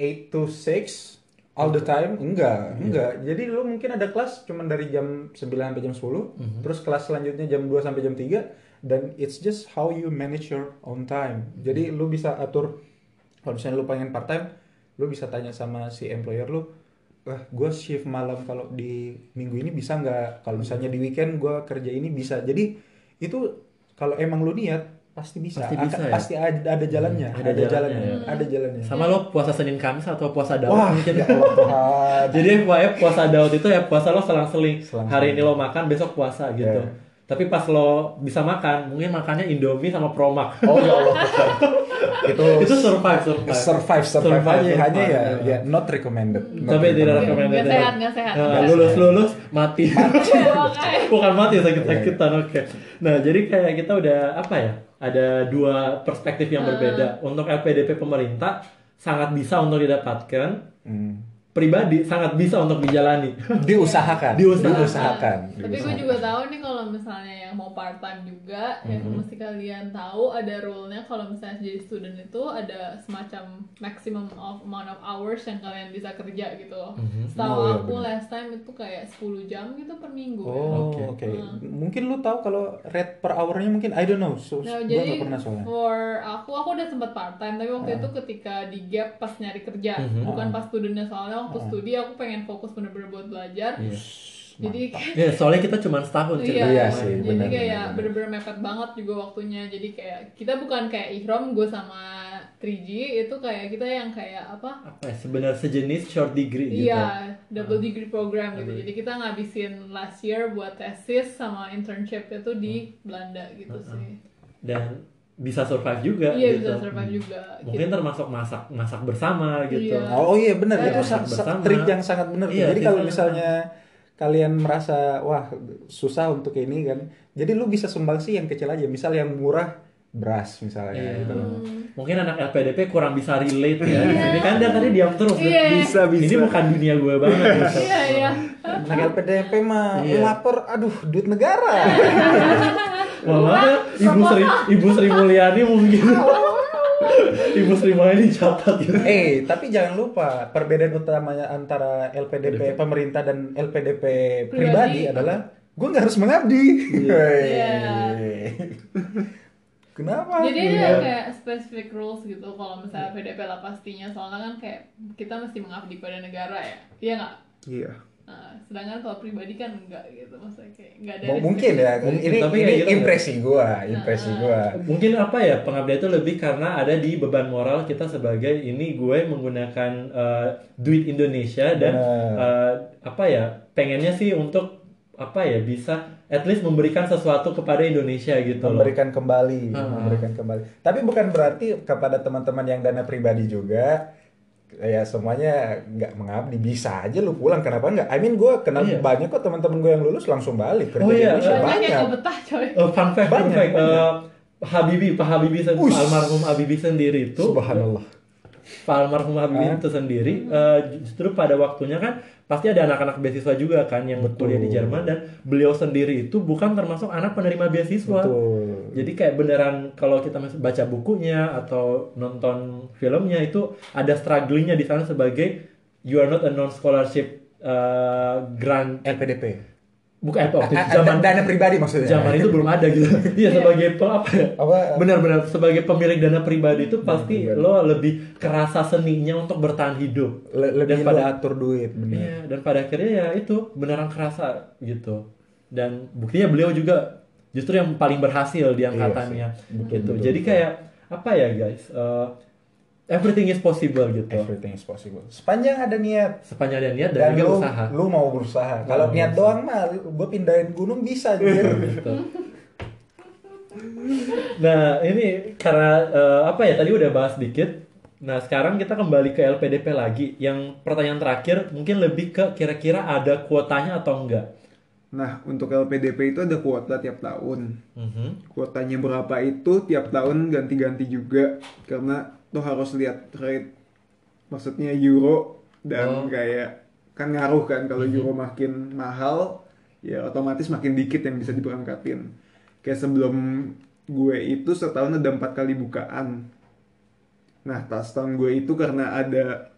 [SPEAKER 3] 8 to 6 all the time
[SPEAKER 1] Iya.
[SPEAKER 3] enggak enggak jadi lu mungkin ada kelas cuman dari jam 9 sampai jam 10
[SPEAKER 1] Mhm.
[SPEAKER 3] terus kelas selanjutnya jam 2 sampai jam 3 dan it's just how you manage your own time
[SPEAKER 1] Mhm.
[SPEAKER 3] jadi lu bisa atur kalau misalnya lu pengen part time lu bisa tanya sama si employer lu eh gue shift malam kalau di minggu ini bisa nggak kalau misalnya di weekend gue kerja ini bisa jadi itu kalau emang lu niat pasti bisa
[SPEAKER 1] Pasti bisa,
[SPEAKER 3] Akan-
[SPEAKER 1] ya?
[SPEAKER 3] pasti ada, ada jalannya
[SPEAKER 1] Hmm, ada
[SPEAKER 3] ada, jalannya,
[SPEAKER 1] jalannya.
[SPEAKER 3] ada jalannya
[SPEAKER 1] Sama lo puasa Senin Kamis atau puasa Daud
[SPEAKER 3] wah
[SPEAKER 1] mungkin?
[SPEAKER 3] ya Allah Tuhan.
[SPEAKER 1] Eh, Jadi FYF puasa Daud itu ya puasa lo selang-seling.
[SPEAKER 3] Selang-seling.
[SPEAKER 1] Hari ini lo makan, besok puasa gitu.
[SPEAKER 3] Iya.
[SPEAKER 1] Tapi pas lo bisa makan, mungkin makannya Indomie sama Promak.
[SPEAKER 3] Oh ya Allah. Tuhan. itu
[SPEAKER 1] itu survive, survive.
[SPEAKER 3] Oh, survive survive,
[SPEAKER 1] Survive, Eh,
[SPEAKER 3] Hanya- hanya ya,
[SPEAKER 1] survive.
[SPEAKER 3] ya not recommended. Not
[SPEAKER 1] Tapi tidak
[SPEAKER 3] recommended.
[SPEAKER 1] recommended.
[SPEAKER 2] Nggak sehat, nggak sehat.
[SPEAKER 1] Nah, lulus lulus mati. Bukan mati sakit
[SPEAKER 3] Iya,
[SPEAKER 1] sakitan oke. Nah jadi kayak kita udah apa ya? Ada dua perspektif yang berbeda. Untuk LPDP pemerintah sangat bisa untuk didapatkan.
[SPEAKER 3] Hmm.
[SPEAKER 1] Pribadi sangat bisa untuk dijalani.
[SPEAKER 3] Diusahakan.
[SPEAKER 1] Diusahakan.
[SPEAKER 3] Diusahakan.
[SPEAKER 2] Tapi gue juga tahu nih kalau misalnya yang mau part time juga, ya
[SPEAKER 3] Mm-hmm.
[SPEAKER 2] mesti kalian tahu ada rule-nya kalau misalnya jadi student itu ada semacam maximum of amount of hours yang kalian bisa kerja gitu loh. Setahu
[SPEAKER 3] Oh, iya,
[SPEAKER 2] aku
[SPEAKER 3] bener.
[SPEAKER 2] last time itu kayak 10 jam gitu per minggu. ya.
[SPEAKER 3] Oh,
[SPEAKER 1] Oke.
[SPEAKER 3] oke. Mungkin lu tahu kalau rate per hournya mungkin I don't know. So,
[SPEAKER 2] Nah,
[SPEAKER 3] gua
[SPEAKER 2] jadi
[SPEAKER 3] nggak pernah soalnya. Ah.
[SPEAKER 2] for aku aku udah sempat part time tapi waktu itu ketika di gap pas nyari kerja
[SPEAKER 3] Mm-hmm.
[SPEAKER 2] bukan pas studentnya soalnya
[SPEAKER 3] Ah.
[SPEAKER 2] waktu studi aku pengen fokus bener-bener buat belajar
[SPEAKER 1] Iya.
[SPEAKER 2] jadi
[SPEAKER 1] Ya, soalnya kita cuma setahun Cil.
[SPEAKER 2] Iya,
[SPEAKER 3] Iya sih,
[SPEAKER 2] jadi
[SPEAKER 3] benar,
[SPEAKER 2] kayak
[SPEAKER 3] benar, benar.
[SPEAKER 2] bener-bener mepet banget juga waktunya. Jadi kayak kita bukan kayak ihrom gue sama 3G itu kayak kita yang kayak apa
[SPEAKER 1] apa ya, sebenarnya sejenis short degree gitu
[SPEAKER 2] Iya, double degree program gitu. Jadi kita ngabisin last year buat tesis sama internship itu di Belanda gitu sih.
[SPEAKER 1] dan bisa survive juga gitu.
[SPEAKER 2] Iya bisa survive juga.
[SPEAKER 1] Mungkin
[SPEAKER 2] gitu.
[SPEAKER 1] termasuk masak masak bersama gitu.
[SPEAKER 2] Iya.
[SPEAKER 3] Oh, oh iya benar
[SPEAKER 2] Iya,
[SPEAKER 3] itu sa- sa-
[SPEAKER 1] bersama.
[SPEAKER 3] trik yang sangat benar. tuh.
[SPEAKER 1] Iya,
[SPEAKER 3] jadi
[SPEAKER 1] trik
[SPEAKER 3] kalau
[SPEAKER 1] sangat
[SPEAKER 3] misalnya kalian merasa wah susah untuk ini kan, jadi lu bisa sumbang sih yang kecil aja. Misal yang murah beras misalnya
[SPEAKER 1] Iya.
[SPEAKER 3] gitu.
[SPEAKER 1] Mungkin anak LPDP kurang bisa relate ya. Di sini kan dia tadi diam terus.
[SPEAKER 2] Iya.
[SPEAKER 5] Bisa, bisa.
[SPEAKER 1] Ini bukan dunia gue banget. gitu.
[SPEAKER 2] Iya iya.
[SPEAKER 3] Nah, LPDP mah
[SPEAKER 1] Iya.
[SPEAKER 3] lapor aduh duit negara.
[SPEAKER 1] Mama, ya. Ibu Sri Ibu Sri Mulyani mungkin. Ibu Sri Mulyani catat gitu.
[SPEAKER 3] Eh, tapi jangan lupa perbedaan utamanya antara LPDP pemerintah dan LPDP
[SPEAKER 2] Pribadi.
[SPEAKER 3] pribadi, adalah gue nggak harus mengabdi.
[SPEAKER 2] Iya.
[SPEAKER 3] Kenapa?
[SPEAKER 2] Jadi ya,
[SPEAKER 3] Iya.
[SPEAKER 2] ada kayak specific rules gitu kalau misalnya PDP lah pastinya soalnya kan kayak kita mesti mengabdi pada negara ya. Iya nggak?
[SPEAKER 5] Iya.
[SPEAKER 2] Nah, sedangkan kalau pribadi kan enggak gitu maksudnya kayak enggak ada
[SPEAKER 3] M- mungkin ya.
[SPEAKER 1] Mungkin,
[SPEAKER 3] ini
[SPEAKER 1] tapi
[SPEAKER 3] ini
[SPEAKER 1] kayak gitu ya.
[SPEAKER 3] impresi gua, impresi gua.
[SPEAKER 1] Mungkin apa ya pengabdian itu lebih karena ada di beban moral kita sebagai ini gue menggunakan eh, duit Indonesia dan
[SPEAKER 3] Benar.
[SPEAKER 1] eh, apa ya pengennya sih untuk apa ya bisa at least memberikan sesuatu kepada Indonesia gitu loh.
[SPEAKER 3] Memberikan kembali, memberikan kembali. Tapi bukan berarti kepada teman-teman yang dana pribadi juga ya semuanya nggak mengabdi bisa aja lu pulang kenapa nggak? I mean gue kenal
[SPEAKER 1] Iya.
[SPEAKER 3] banyak kok teman-teman gue yang lulus langsung balik kerja
[SPEAKER 1] Oh
[SPEAKER 3] di
[SPEAKER 1] iya,
[SPEAKER 3] Indonesia
[SPEAKER 2] Banyak yang
[SPEAKER 3] banyak.
[SPEAKER 2] nggak betah coy.
[SPEAKER 1] Eh, fun fact, fun
[SPEAKER 3] Banyak,
[SPEAKER 1] fact.
[SPEAKER 3] banyak.
[SPEAKER 1] Eh, Habibie, Pak Habibie sen-
[SPEAKER 3] Ush.
[SPEAKER 1] almarhum Habibie sendiri itu
[SPEAKER 3] Subhanallah.
[SPEAKER 1] Pak almarhum Habibie
[SPEAKER 3] Ah.
[SPEAKER 1] itu sendiri eh, justru pada waktunya kan pasti ada anak-anak beasiswa juga kan yang berkuliah di Jerman dan beliau sendiri itu bukan termasuk anak penerima beasiswa.
[SPEAKER 3] Betul.
[SPEAKER 1] Jadi kayak beneran kalau kita mas- baca bukunya atau nonton filmnya itu ada strugglingnya di sana sebagai you are not a non scholarship grant
[SPEAKER 3] LPDP.
[SPEAKER 1] bukan eh, waktu itu
[SPEAKER 3] A- a-
[SPEAKER 1] zaman
[SPEAKER 3] dana pribadi maksudnya.
[SPEAKER 1] zaman itu belum ada gitu. Iya sebagai pe- apa ya?
[SPEAKER 3] Apa?
[SPEAKER 1] Benar-benar sebagai pemilik dana pribadi itu pasti lo lebih kerasa seninya untuk bertahan hidup.
[SPEAKER 3] Le-
[SPEAKER 1] dan
[SPEAKER 3] lebih
[SPEAKER 1] pada
[SPEAKER 3] lu atur duit bener.
[SPEAKER 1] Iya, dan pada akhirnya ya itu beneran kerasa gitu. Dan buktinya beliau juga justru yang paling berhasil di angkatannya gitu. Jadi kayak apa ya guys? eh, everything is possible gitu.
[SPEAKER 3] Everything is possible. Sepanjang ada niat
[SPEAKER 1] Sepanjang ada niat dan,
[SPEAKER 3] dan,
[SPEAKER 1] juga
[SPEAKER 3] lu,
[SPEAKER 1] usaha.
[SPEAKER 3] lu mau berusaha. Kalau niat doang mah gue pindahin gunung bisa anjir.
[SPEAKER 1] gitu. Nah, ini karena eh, apa ya? Tadi udah bahas dikit. Nah, sekarang kita kembali ke LPDP lagi. Yang pertanyaan terakhir mungkin lebih ke kira-kira ada kuotanya atau enggak.
[SPEAKER 5] Nah, untuk LPDP itu ada kuota tiap tahun.
[SPEAKER 1] Mhm.
[SPEAKER 5] Kuotanya berapa itu tiap tahun ganti-ganti juga karena tuh harus lihat rate maksudnya euro dan kayak kan ngaruh kan kalau euro makin mahal ya otomatis makin dikit yang bisa diberangkatin. Kayak sebelum gue itu setahun ada empat kali bukaan. Nah, tas tahun gue itu karena ada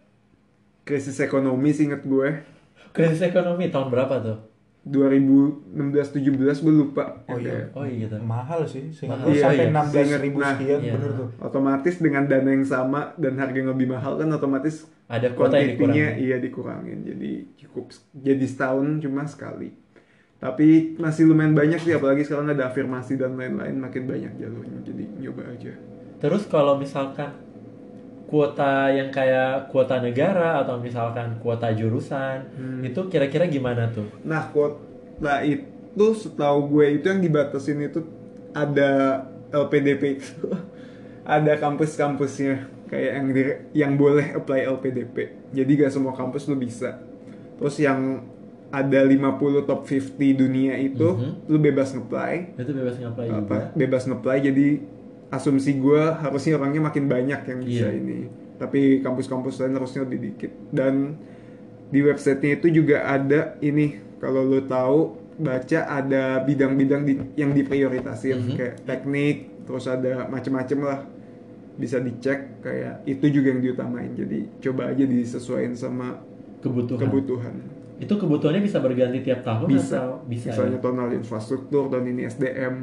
[SPEAKER 5] krisis ekonomi seinget gue
[SPEAKER 1] Krisis ekonomi tahun berapa tuh?
[SPEAKER 5] 2016-17 gue lupa.
[SPEAKER 3] Oh iya.
[SPEAKER 5] Kayak-
[SPEAKER 1] Oh iya gitu.
[SPEAKER 3] Mahal sih, Singapura
[SPEAKER 1] Mahal. Iya,
[SPEAKER 3] sampai
[SPEAKER 1] iya.
[SPEAKER 3] 16 ribu
[SPEAKER 5] Nah,
[SPEAKER 3] sekian
[SPEAKER 1] iya.
[SPEAKER 3] bener tuh.
[SPEAKER 5] otomatis dengan dana yang sama dan harga yang lebih mahal kan otomatis
[SPEAKER 1] Ada kuota yang
[SPEAKER 5] quantity-nya
[SPEAKER 1] dikurangi.
[SPEAKER 5] iya dikurangin jadi cukup jadi setahun cuma sekali tapi masih lumayan banyak sih apalagi sekarang ada afirmasi dan lain-lain makin banyak jalurnya jadi nyoba aja
[SPEAKER 1] Terus kalau misalkan kuota yang kayak kuota negara atau misalkan kuota jurusan
[SPEAKER 5] Hmm.
[SPEAKER 1] itu kira-kira gimana tuh?
[SPEAKER 5] nah kuota itu setahu gue itu yang dibatasin itu ada LPDP itu ada kampus-kampusnya kayak yang di- yang boleh apply LPDP jadi gak semua kampus lu bisa terus yang ada 50 top 50 dunia itu lu bebas ngeplay
[SPEAKER 1] Itu bebas ngapain juga.
[SPEAKER 5] apa bebas ngeplay jadi asumsi gue harusnya orangnya makin banyak yang bisa
[SPEAKER 1] Iya.
[SPEAKER 5] ini tapi kampus-kampus lain harusnya lebih dikit dan di websitenya itu juga ada ini kalau lo tahu baca ada bidang-bidang di- yang diprioritasin
[SPEAKER 1] Mhm.
[SPEAKER 5] kayak teknik terus ada macem-macem lah bisa dicek kayak itu juga yang diutamain jadi coba aja disesuaikan sama
[SPEAKER 1] Kebutuhan.
[SPEAKER 5] kebutuhan
[SPEAKER 1] itu kebutuhannya bisa berganti tiap tahun
[SPEAKER 5] bisa
[SPEAKER 1] atau bisa. ya?
[SPEAKER 5] misalnya tonal infrastruktur dan ini SDM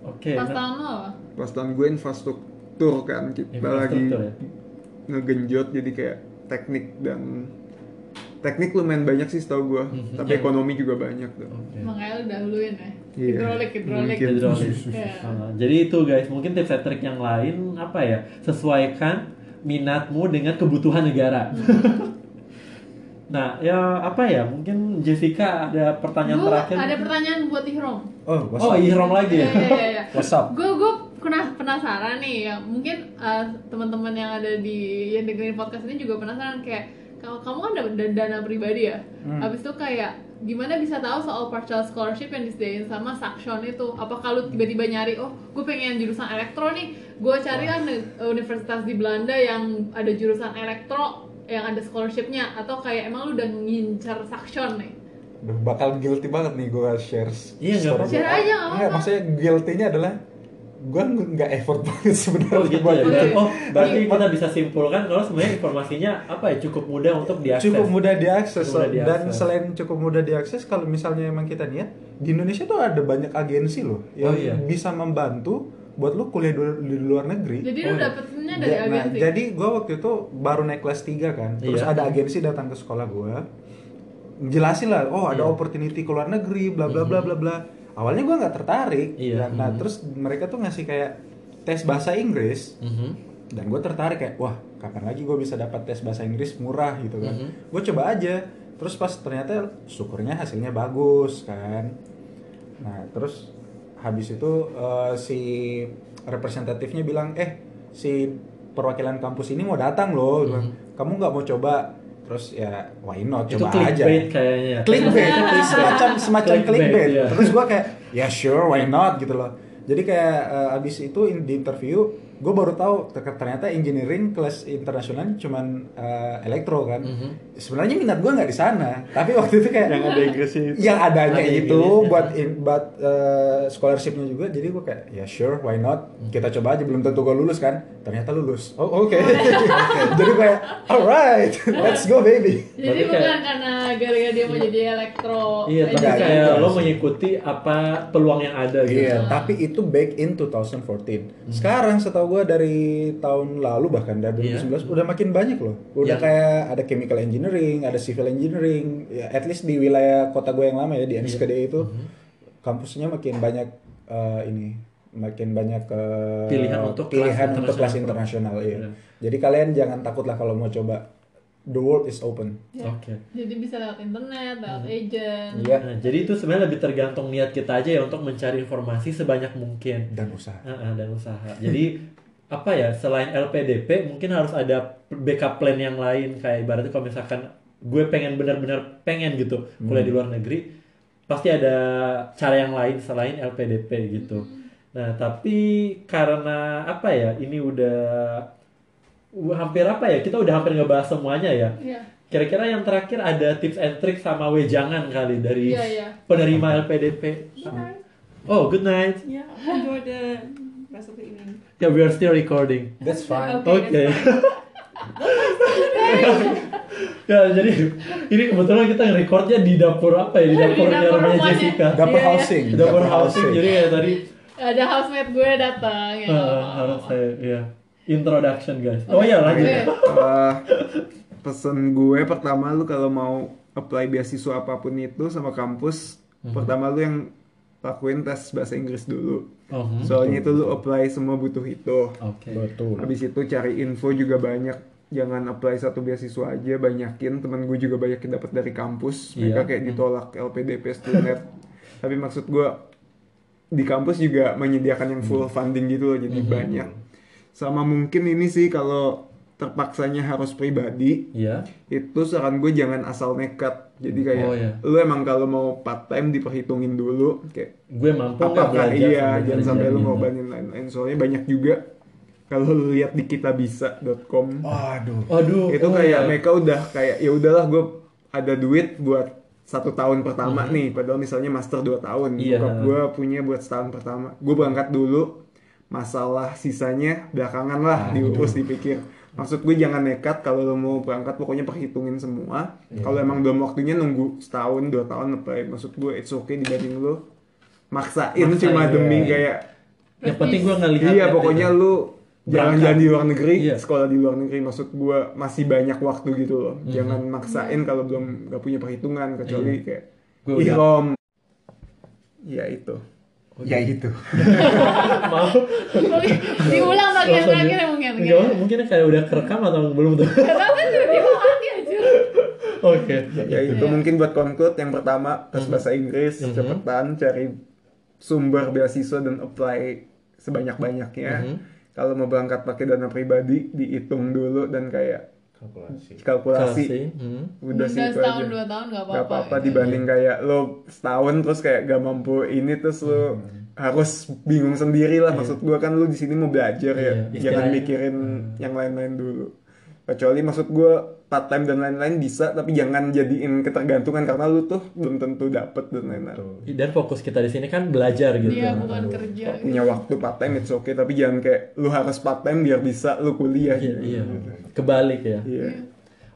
[SPEAKER 1] Oke.
[SPEAKER 2] Pas
[SPEAKER 1] nah-
[SPEAKER 2] tahun lo apa?
[SPEAKER 5] pas tahun gue infrastruktur kan kita lagi
[SPEAKER 1] Infrastruktur ya?
[SPEAKER 5] ngegenjot jadi kayak teknik dan teknik lumayan banyak sih setahu gue
[SPEAKER 1] Mhm.
[SPEAKER 5] tapi
[SPEAKER 1] Iya.
[SPEAKER 5] ekonomi juga banyak tuh
[SPEAKER 2] Makanya lu dahuluin ya.
[SPEAKER 5] Iya.
[SPEAKER 2] Hidrolik, hidrolik.
[SPEAKER 5] Mungkin.
[SPEAKER 1] Hidrolis.
[SPEAKER 2] Iya.
[SPEAKER 1] Uh, jadi itu guys, mungkin tips and trick yang lain apa ya? Sesuaikan minatmu dengan kebutuhan negara.
[SPEAKER 2] Hmm.
[SPEAKER 1] nah, ya apa ya? Mungkin Jessica ada pertanyaan
[SPEAKER 2] Gua
[SPEAKER 1] terakhir.
[SPEAKER 2] ada pertanyaan buat Ihrom.
[SPEAKER 3] Oh, what's
[SPEAKER 1] Oh,
[SPEAKER 3] up?
[SPEAKER 1] ihram
[SPEAKER 2] Iya,
[SPEAKER 1] lagi ya.
[SPEAKER 3] What's up?
[SPEAKER 2] Gue gue pernah penasaran nih ya mungkin eh, teman-teman yang ada di yang dengerin podcast ini juga penasaran kayak kalau kamu kan ada dana pribadi ya,
[SPEAKER 3] Hmm.
[SPEAKER 2] habis itu kayak gimana bisa tahu soal partial scholarship yang disediain sama Saksion itu? Apa kalau tiba-tiba nyari, oh gue pengen jurusan elektro nih, gue cari kan universitas di Belanda yang ada jurusan elektro yang ada scholarshipnya atau kayak emang lu udah ngincar Saksion nih?
[SPEAKER 3] Duh, bakal guilty banget nih gue shares.
[SPEAKER 1] Iya, nggak
[SPEAKER 3] story
[SPEAKER 1] apa-apa.
[SPEAKER 2] Share
[SPEAKER 3] gua.
[SPEAKER 2] aja, nggak
[SPEAKER 3] Nggak,
[SPEAKER 2] apa-apa.
[SPEAKER 3] maksudnya guilty-nya adalah gue nggak effort banget sebenarnya.
[SPEAKER 1] Oh gitu
[SPEAKER 3] buat
[SPEAKER 1] ya.
[SPEAKER 3] itu.
[SPEAKER 2] Oke.
[SPEAKER 1] Oh, berarti
[SPEAKER 2] Iya.
[SPEAKER 1] kita bisa simpulkan kalau sebenarnya informasinya apa ya cukup mudah untuk diakses.
[SPEAKER 3] Cukup mudah diakses
[SPEAKER 1] Cukup mudah
[SPEAKER 3] loh. dan
[SPEAKER 1] diakses.
[SPEAKER 3] selain cukup mudah diakses kalau misalnya emang kita niat di Indonesia tuh ada banyak agensi loh yang
[SPEAKER 1] Oh, iya.
[SPEAKER 3] bisa membantu buat lu kuliah di, di luar negeri.
[SPEAKER 2] Jadi lu dapetinnya dari
[SPEAKER 3] Oh, iya. Ja- nah,
[SPEAKER 2] agensi?
[SPEAKER 3] jadi gue waktu itu baru naik kelas 3 kan, terus
[SPEAKER 1] Iya.
[SPEAKER 3] ada agensi datang ke sekolah gue, jelasin lah, oh
[SPEAKER 1] Iya.
[SPEAKER 3] ada
[SPEAKER 1] Mhm.
[SPEAKER 3] opportunity ke luar negeri, bla bla bla bla bla. Awalnya gue nggak tertarik,
[SPEAKER 1] Iya.
[SPEAKER 3] dan- nah
[SPEAKER 1] Mhm.
[SPEAKER 3] terus mereka tuh ngasih kayak tes bahasa Inggris,
[SPEAKER 1] Mhm.
[SPEAKER 3] dan gue tertarik kayak wah kapan lagi gue bisa dapat tes bahasa Inggris murah gitu kan
[SPEAKER 1] Mhm.
[SPEAKER 3] gue coba aja terus pas ternyata syukurnya hasilnya bagus kan nah terus habis itu eh, si representatifnya bilang eh si perwakilan kampus ini mau datang loh Dia bilang, kamu nggak mau coba terus ya why not
[SPEAKER 1] Mhm. Itu
[SPEAKER 3] coba aja
[SPEAKER 1] clickbait kayaknya.
[SPEAKER 3] clickbait semacam semacam
[SPEAKER 1] Iya. Clickbait,
[SPEAKER 3] clickbait
[SPEAKER 1] iya.
[SPEAKER 3] terus gue kayak ya sure why not gitu loh jadi kayak eh, abis itu in- di interview gue baru tahu ter- ternyata engineering kelas internasional cuman eh, elektro kan
[SPEAKER 1] Mhm.
[SPEAKER 3] sebenarnya minat gue nggak di sana tapi waktu itu kayak
[SPEAKER 5] yang ada Inggrisnya itu
[SPEAKER 3] yang adanya
[SPEAKER 1] Ada
[SPEAKER 3] itu
[SPEAKER 1] Inggrisnya.
[SPEAKER 3] buat in- buat eh, scholarshipnya juga jadi gue kayak ya sure why not kita coba aja belum tentu gue lulus kan ternyata lulus oh oke jadi kayak alright let's go baby
[SPEAKER 2] Jadi
[SPEAKER 1] Berarti
[SPEAKER 2] bukan
[SPEAKER 1] kayak-
[SPEAKER 2] karena gara-gara dia mau jadi elektro ya?
[SPEAKER 1] Iya, tapi
[SPEAKER 3] Enggak,
[SPEAKER 1] kayak
[SPEAKER 3] enggak
[SPEAKER 1] lo
[SPEAKER 3] sih.
[SPEAKER 1] mengikuti apa peluang yang ada gitu. Hmm.
[SPEAKER 3] Iya, tapi itu back in 2014. Sekarang setahu gua dari tahun lalu bahkan dari
[SPEAKER 1] Iya.
[SPEAKER 3] 2019 udah makin banyak loh. Udah
[SPEAKER 1] Yang-
[SPEAKER 3] kayak ada chemical engineering, ada civil engineering, ya at least di wilayah kota gue yang lama ya di
[SPEAKER 1] Iya.
[SPEAKER 3] NSKD itu
[SPEAKER 1] Hmm.
[SPEAKER 3] kampusnya makin banyak eh, ini makin banyak eh,
[SPEAKER 1] Pilihan untuk kelas
[SPEAKER 3] pilihan untuk kelas
[SPEAKER 1] internasional.
[SPEAKER 3] internasional
[SPEAKER 1] Iya.
[SPEAKER 3] iya. Jadi kalian jangan takut lah kalau mau coba. The world is open.
[SPEAKER 2] Ya.
[SPEAKER 1] Oke.
[SPEAKER 2] Jadi bisa lewat internet, lewat
[SPEAKER 1] Hmm.
[SPEAKER 2] agent.
[SPEAKER 3] Iya.
[SPEAKER 1] Nah, jadi itu sebenarnya lebih tergantung niat kita aja ya untuk mencari informasi sebanyak mungkin
[SPEAKER 3] Dan usaha.
[SPEAKER 1] Ah, ah, dan usaha. Jadi apa ya selain LPDP mungkin harus ada backup plan yang lain kayak ibaratnya kalau misalkan gue pengen benar-benar pengen gitu kuliah
[SPEAKER 2] Hmm.
[SPEAKER 1] di luar negeri pasti ada cara yang lain selain LPDP gitu.
[SPEAKER 2] Hmm.
[SPEAKER 1] Nah tapi karena apa ya ini udah uh, hampir apa ya kita udah hampir ngebahas semuanya ya.
[SPEAKER 2] Iya.
[SPEAKER 1] Kira-kira yang terakhir ada tips and trick sama wejangan kali dari
[SPEAKER 2] Iya, iya.
[SPEAKER 1] penerima LPDP. Oh, good night.
[SPEAKER 6] Yeah, enjoy the rest of the evening.
[SPEAKER 1] Yeah, we are still recording.
[SPEAKER 3] That's fine.
[SPEAKER 6] Okay,
[SPEAKER 1] Oke. ya, jadi ini kebetulan kita nge-recordnya di dapur apa ya? Di
[SPEAKER 2] Di
[SPEAKER 1] dapurnya
[SPEAKER 2] dapur
[SPEAKER 1] rumahnya
[SPEAKER 2] rumahnya.
[SPEAKER 1] Jessica.
[SPEAKER 2] Iya,
[SPEAKER 3] Dapur
[SPEAKER 2] iya.
[SPEAKER 3] housing.
[SPEAKER 1] Dapur housing. Jadi ya tadi
[SPEAKER 2] Ada housemate gue datang ya.
[SPEAKER 1] eh, harus saya ya introduction guys. Oh iya lanjut.
[SPEAKER 2] Oke.
[SPEAKER 5] Eh, pesan gue pertama lu kalau mau apply beasiswa apapun itu sama kampus
[SPEAKER 1] Mhm.
[SPEAKER 5] pertama lu yang lakuin tes bahasa Inggris dulu
[SPEAKER 1] Oh, hmm. Oh,
[SPEAKER 5] soalnya itu lu apply semua butuh itu
[SPEAKER 1] Oke.
[SPEAKER 3] Betul.
[SPEAKER 5] habis itu cari info juga banyak jangan apply satu beasiswa aja banyakin temen gue juga banyak yang dapat dari kampus
[SPEAKER 1] Iya.
[SPEAKER 5] mereka kayak ditolak LPDP student tapi maksud gue di kampus juga menyediakan yang
[SPEAKER 1] Hmm.
[SPEAKER 5] full funding gitu loh jadi banyak sama mungkin ini sih kalau terpaksanya harus pribadi
[SPEAKER 1] Iya.
[SPEAKER 5] itu saran gue jangan asal nekat jadi kayak
[SPEAKER 1] Oh, iya.
[SPEAKER 5] lu emang kalau mau part time diperhitungin dulu kayak
[SPEAKER 1] Gue mampu nggak
[SPEAKER 5] apakah
[SPEAKER 1] belajar?
[SPEAKER 5] iya
[SPEAKER 1] sambil
[SPEAKER 5] jangan sampai lu
[SPEAKER 1] belajar gitu?
[SPEAKER 5] ngorbanin lain-lain soalnya banyak juga kalau lu lihat di kitabisa.com
[SPEAKER 3] Waduh.
[SPEAKER 1] Aduh.
[SPEAKER 5] itu
[SPEAKER 1] oh,
[SPEAKER 5] kayak
[SPEAKER 1] iya.
[SPEAKER 5] mereka udah kayak ya udahlah gue ada duit buat satu tahun pertama nih padahal misalnya master dua
[SPEAKER 1] Hmm.
[SPEAKER 5] tahun
[SPEAKER 1] Iya.
[SPEAKER 5] Bokap gue punya buat setahun pertama gue berangkat dulu masalah sisanya belakangan lah
[SPEAKER 1] Ah,
[SPEAKER 5] diurus
[SPEAKER 1] iya.
[SPEAKER 5] dipikir maksud gue jangan nekat kalau lo mau berangkat pokoknya perhitungin semua
[SPEAKER 1] Iya.
[SPEAKER 5] kalau emang belum waktunya nunggu setahun dua tahun apa maksud gue it's okay dibanding lo maksain,
[SPEAKER 1] Maksain,
[SPEAKER 5] cuma demi
[SPEAKER 1] iya.
[SPEAKER 5] kayak
[SPEAKER 1] Yang penting gue ngelihat.
[SPEAKER 5] iya
[SPEAKER 1] ya,
[SPEAKER 5] pokoknya
[SPEAKER 1] gitu.
[SPEAKER 5] lu jangan-jangan di luar negeri
[SPEAKER 1] Iya.
[SPEAKER 5] sekolah di luar negeri maksud gua masih banyak waktu gitu loh
[SPEAKER 1] Mhm.
[SPEAKER 5] jangan maksain kalau belum gak punya perhitungan kecuali
[SPEAKER 1] Iya.
[SPEAKER 5] kayak
[SPEAKER 1] Gua udah-
[SPEAKER 5] ihrom ya itu
[SPEAKER 1] Oh, iya.
[SPEAKER 5] ya itu
[SPEAKER 1] Mau.
[SPEAKER 2] diulang bagian
[SPEAKER 1] Langsung Iya.
[SPEAKER 2] terakhir ya,
[SPEAKER 1] di-
[SPEAKER 2] mungkin
[SPEAKER 1] Enggak, mungkin kayak udah kerekam atau belum tuh.
[SPEAKER 2] karena kan sudah diulang ya cuy
[SPEAKER 1] Oke.
[SPEAKER 5] ya itu
[SPEAKER 2] Iya.
[SPEAKER 5] mungkin buat konklud yang pertama tes bahasa Inggris
[SPEAKER 1] Mhm.
[SPEAKER 5] cepetan cari sumber beasiswa dan apply sebanyak-banyaknya
[SPEAKER 1] Mhm.
[SPEAKER 5] kalau mau berangkat pakai dana pribadi dihitung dulu dan kayak
[SPEAKER 3] kalkulasi
[SPEAKER 5] kalkulasi
[SPEAKER 1] Kasih. Hmm.
[SPEAKER 5] udah sih itu
[SPEAKER 2] setahun
[SPEAKER 5] aja
[SPEAKER 2] dua tahun nggak apa-apa
[SPEAKER 5] nggak apa-apa
[SPEAKER 2] gitu.
[SPEAKER 5] dibanding kayak lo setahun terus kayak gak mampu ini terus lo
[SPEAKER 1] Hmm.
[SPEAKER 5] harus bingung sendiri lah maksud gua kan lo di sini mau belajar ya
[SPEAKER 1] Iya.
[SPEAKER 5] jangan
[SPEAKER 1] Istilahnya- Hmm.
[SPEAKER 5] mikirin yang lain-lain dulu kecuali maksud gua part time dan lain-lain bisa tapi jangan jadiin ketergantungan karena lo tuh belum tentu dapet dan lain-lain
[SPEAKER 3] Betul.
[SPEAKER 1] Dan fokus kita di sini kan belajar gitu.
[SPEAKER 2] dia Iya, bukan kerja
[SPEAKER 1] Iya.
[SPEAKER 2] gitu.
[SPEAKER 5] punya waktu part time it's okay tapi jangan kayak lo harus part time biar bisa lo
[SPEAKER 1] Iya,
[SPEAKER 5] kuliah gitu.
[SPEAKER 1] iya. Kebalik ya.
[SPEAKER 5] Iya.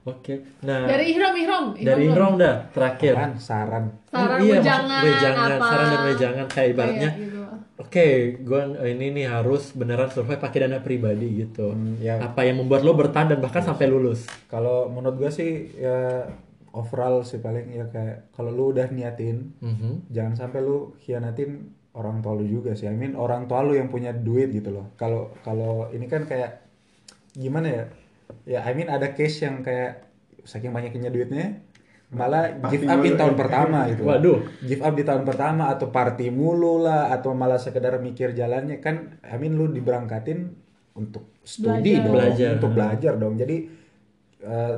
[SPEAKER 1] Oke. Nah,
[SPEAKER 2] dari ihrom ihrom
[SPEAKER 1] dari Indrom dah terakhir.
[SPEAKER 3] saran Kan saran
[SPEAKER 2] saran
[SPEAKER 1] iya,
[SPEAKER 2] wejangan,
[SPEAKER 1] maksud- wejangan,
[SPEAKER 2] apa
[SPEAKER 1] saran dan wejangan kayak ibaratnya.
[SPEAKER 2] Kayak gitu.
[SPEAKER 1] Oke, gua ini nih harus beneran survive pakai dana pribadi gitu.
[SPEAKER 3] Hmm, ya.
[SPEAKER 1] Apa yang membuat lo bertahan dan bahkan sampai lulus?
[SPEAKER 3] kalau menurut gue sih ya overall sih paling ya kayak kalau lu udah niatin
[SPEAKER 1] Mhm.
[SPEAKER 3] jangan sampai lu khianatin orang tua lu juga sih I mean orang tua lu yang punya duit gitu loh kalau kalau ini kan kayak gimana ya ya I mean ada case yang kayak saking banyaknya duitnya malah give up di tahun pertama gitu
[SPEAKER 1] Waduh.
[SPEAKER 3] give up di tahun pertama atau party mulu lah atau malah sekedar mikir jalannya kan I mean lu diberangkatin untuk
[SPEAKER 2] Belajar.
[SPEAKER 3] studi dong
[SPEAKER 1] Belajar.
[SPEAKER 3] untuk belajar dong jadi eh,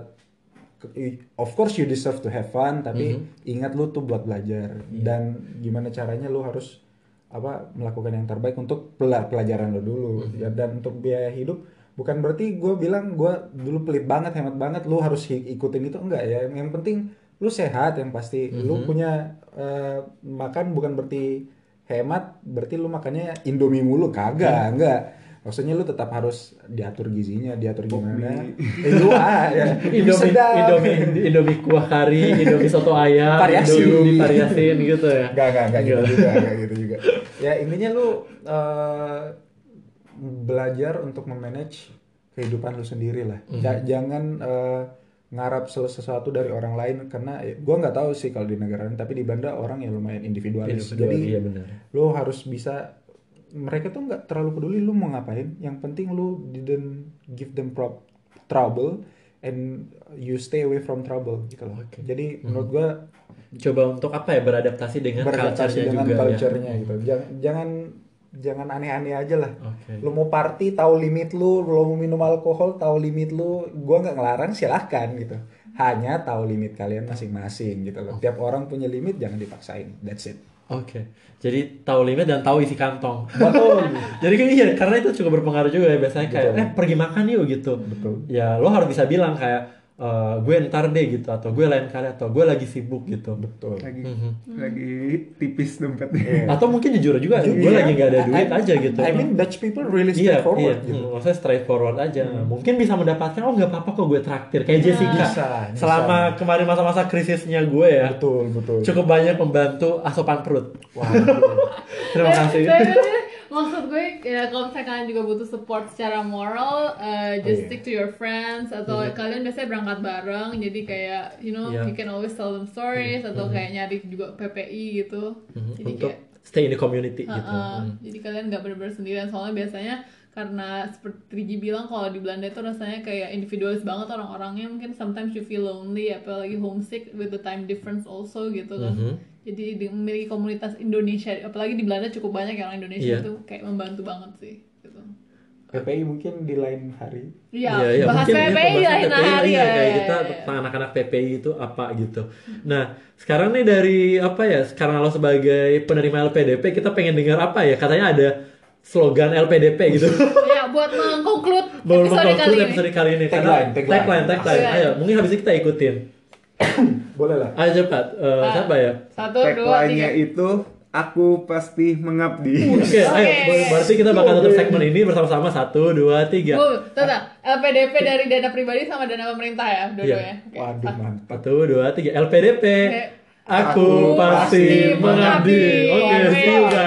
[SPEAKER 3] ke- of course you deserve to have fun tapi ingat lu tuh buat belajar dan gimana caranya lu harus apa melakukan yang terbaik untuk pela- pelajaran lu dulu Ya, dan untuk biaya hidup bukan berarti gue bilang gue dulu pelit banget hemat banget lu harus hi- ikutin itu enggak ya yang penting lu sehat yang pasti lu punya eh, makan bukan berarti hemat berarti lu makannya indomie mulu kagak enggak maksudnya lu tetap harus diatur gizinya diatur gimana eh, lu ah ya
[SPEAKER 1] Indomie,
[SPEAKER 3] Sedap.
[SPEAKER 1] Indomie, Indomie kuah kari, Indomie soto ayam,
[SPEAKER 3] Variasi.
[SPEAKER 1] Indomie divariasiin gitu ya.
[SPEAKER 3] Enggak, enggak, enggak gitu
[SPEAKER 1] Enggak.
[SPEAKER 3] juga, enggak gitu juga. Ya intinya lu eh, belajar untuk memanage kehidupan lu sendiri lah.
[SPEAKER 1] Mhm.
[SPEAKER 3] Ja- Jangan eh, ngarap sesu- sesuatu dari orang lain karena eh, gua nggak tahu sih kalau di negara lain, tapi di Banda orang yang lumayan individualis.
[SPEAKER 1] Individual,
[SPEAKER 3] Jadi
[SPEAKER 1] iya benar.
[SPEAKER 3] lu harus bisa mereka tuh nggak terlalu peduli lu mau ngapain yang penting lu didn't give them prob- trouble and you stay away from trouble gitu loh
[SPEAKER 1] Oke. Mhm.
[SPEAKER 3] jadi menurut gua
[SPEAKER 1] Coba untuk apa ya beradaptasi dengan
[SPEAKER 3] beradaptasi
[SPEAKER 1] culture-nya
[SPEAKER 3] dengan
[SPEAKER 1] juga ya.
[SPEAKER 3] culture-nya gitu. Jangan jangan jangan aneh-aneh aja lah.
[SPEAKER 1] Oke.
[SPEAKER 3] Lu mau party tahu limit lu, lu mau minum alkohol tahu limit lu. Gua nggak ngelarang silahkan gitu. Hanya tahu limit kalian masing-masing gitu loh. Tiap orang punya limit jangan dipaksain. That's
[SPEAKER 1] ya.
[SPEAKER 3] it.
[SPEAKER 1] Oke. Jadi tahu limit dan tahu isi kantong.
[SPEAKER 3] Betul.
[SPEAKER 1] Jadi kan iya, karena itu cukup berpengaruh juga ya biasanya kayak eh pergi makan yuk gitu.
[SPEAKER 3] Betul.
[SPEAKER 1] Ya lo harus bisa bilang kayak "Eh, gue ntar deh gitu atau gue lain kali atau gue lagi sibuk gitu.
[SPEAKER 3] Betul.
[SPEAKER 5] lagi lagi tipis dompetnya
[SPEAKER 1] Atau mungkin jujur juga gue
[SPEAKER 3] Iya.
[SPEAKER 1] Iya. lagi nggak ada duit
[SPEAKER 3] I-
[SPEAKER 1] aja gitu.
[SPEAKER 3] I mean Dutch people really
[SPEAKER 1] Iya, iya.
[SPEAKER 3] straightforward gitu. Hmm.
[SPEAKER 1] Hmm, maksudnya straightforward aja. Mungkin bisa mendapatkan, oh nggak apa-apa kok gue traktir. Kayak Jessica,
[SPEAKER 3] Nah, Bisa, bisa.
[SPEAKER 1] selama kemarin masa-masa krisisnya gue ya,
[SPEAKER 3] Betul, betul.
[SPEAKER 1] cukup banyak membantu asupan perut.
[SPEAKER 3] Wah.
[SPEAKER 1] Terima kasih.
[SPEAKER 2] Tapi- tapi- tapi Maksud gue ya kalau misalnya kalian juga butuh support secara moral, eh, just
[SPEAKER 3] Oh, iya.
[SPEAKER 2] stick to your friends atau kalian biasanya berangkat bareng, jadi kayak you know
[SPEAKER 1] Iya.
[SPEAKER 2] you can always tell them stories atau kayak nyari juga PPI gitu.
[SPEAKER 1] Mhm,
[SPEAKER 2] Jadi
[SPEAKER 1] Untuk
[SPEAKER 2] kayak
[SPEAKER 1] stay in the community gitu.
[SPEAKER 2] Heeh,
[SPEAKER 1] Hmm.
[SPEAKER 2] Jadi kalian nggak benar-benar sendirian soalnya biasanya karena seperti Rigi bilang kalau di Belanda itu rasanya kayak individualis banget orang-orangnya mungkin sometimes you feel lonely apalagi homesick with the time difference also gitu kan.
[SPEAKER 1] Mhm.
[SPEAKER 2] Jadi di- memiliki komunitas Indonesia apalagi di Belanda cukup banyak ya orang Indonesia
[SPEAKER 1] Iya.
[SPEAKER 2] itu kayak membantu banget sih gitu.
[SPEAKER 3] PPI mungkin di lain hari.
[SPEAKER 2] Iya,
[SPEAKER 1] Iya, iya.
[SPEAKER 2] bahas
[SPEAKER 1] Mungkin
[SPEAKER 2] PPI
[SPEAKER 1] pembahasan
[SPEAKER 2] lain
[SPEAKER 1] PPI,
[SPEAKER 2] hari
[SPEAKER 1] iya,
[SPEAKER 2] ya.
[SPEAKER 1] Kayak
[SPEAKER 2] iya,
[SPEAKER 1] kita
[SPEAKER 2] iya. Hmm.
[SPEAKER 1] tentang anak-anak PPI itu apa gitu. Nah, sekarang nih dari apa ya? Sekarang lo sebagai penerima LPDP, kita pengen dengar apa ya? Katanya ada slogan LPDP gitu.
[SPEAKER 2] Ya, buat mengkonklud
[SPEAKER 1] Baru
[SPEAKER 2] episode
[SPEAKER 1] mengkonklud
[SPEAKER 2] kali ini.
[SPEAKER 1] episode kali ini. Karena
[SPEAKER 3] Tagline, tagline.
[SPEAKER 1] tagline, tagline.
[SPEAKER 2] Iya.
[SPEAKER 1] Ayo, mungkin habis ini kita ikutin.
[SPEAKER 3] Boleh lah.
[SPEAKER 1] Ayo cepat. Eh,
[SPEAKER 2] Ah.
[SPEAKER 1] siapa ya?
[SPEAKER 2] Satu, dua, tiga.
[SPEAKER 5] tagline-nya iya. itu aku pasti mengabdi
[SPEAKER 1] Oke, ayo.
[SPEAKER 2] Oke.
[SPEAKER 1] Berarti kita bakal tutup segmen ini bersama-sama. Satu, dua, tiga.
[SPEAKER 2] Bu, tata, eh, LPDP dari dana pribadi sama dana pemerintah
[SPEAKER 1] Iya.
[SPEAKER 2] ya, dua-duanya. Oke.
[SPEAKER 3] Waduh mantap.
[SPEAKER 1] Satu, dua, tiga. LPDP.
[SPEAKER 2] Oke.
[SPEAKER 1] Aku,
[SPEAKER 2] Aku
[SPEAKER 1] pasti
[SPEAKER 2] pasti
[SPEAKER 1] mengabdi.
[SPEAKER 2] mengabdi.
[SPEAKER 1] Oke,
[SPEAKER 2] Oke.
[SPEAKER 1] see you guys.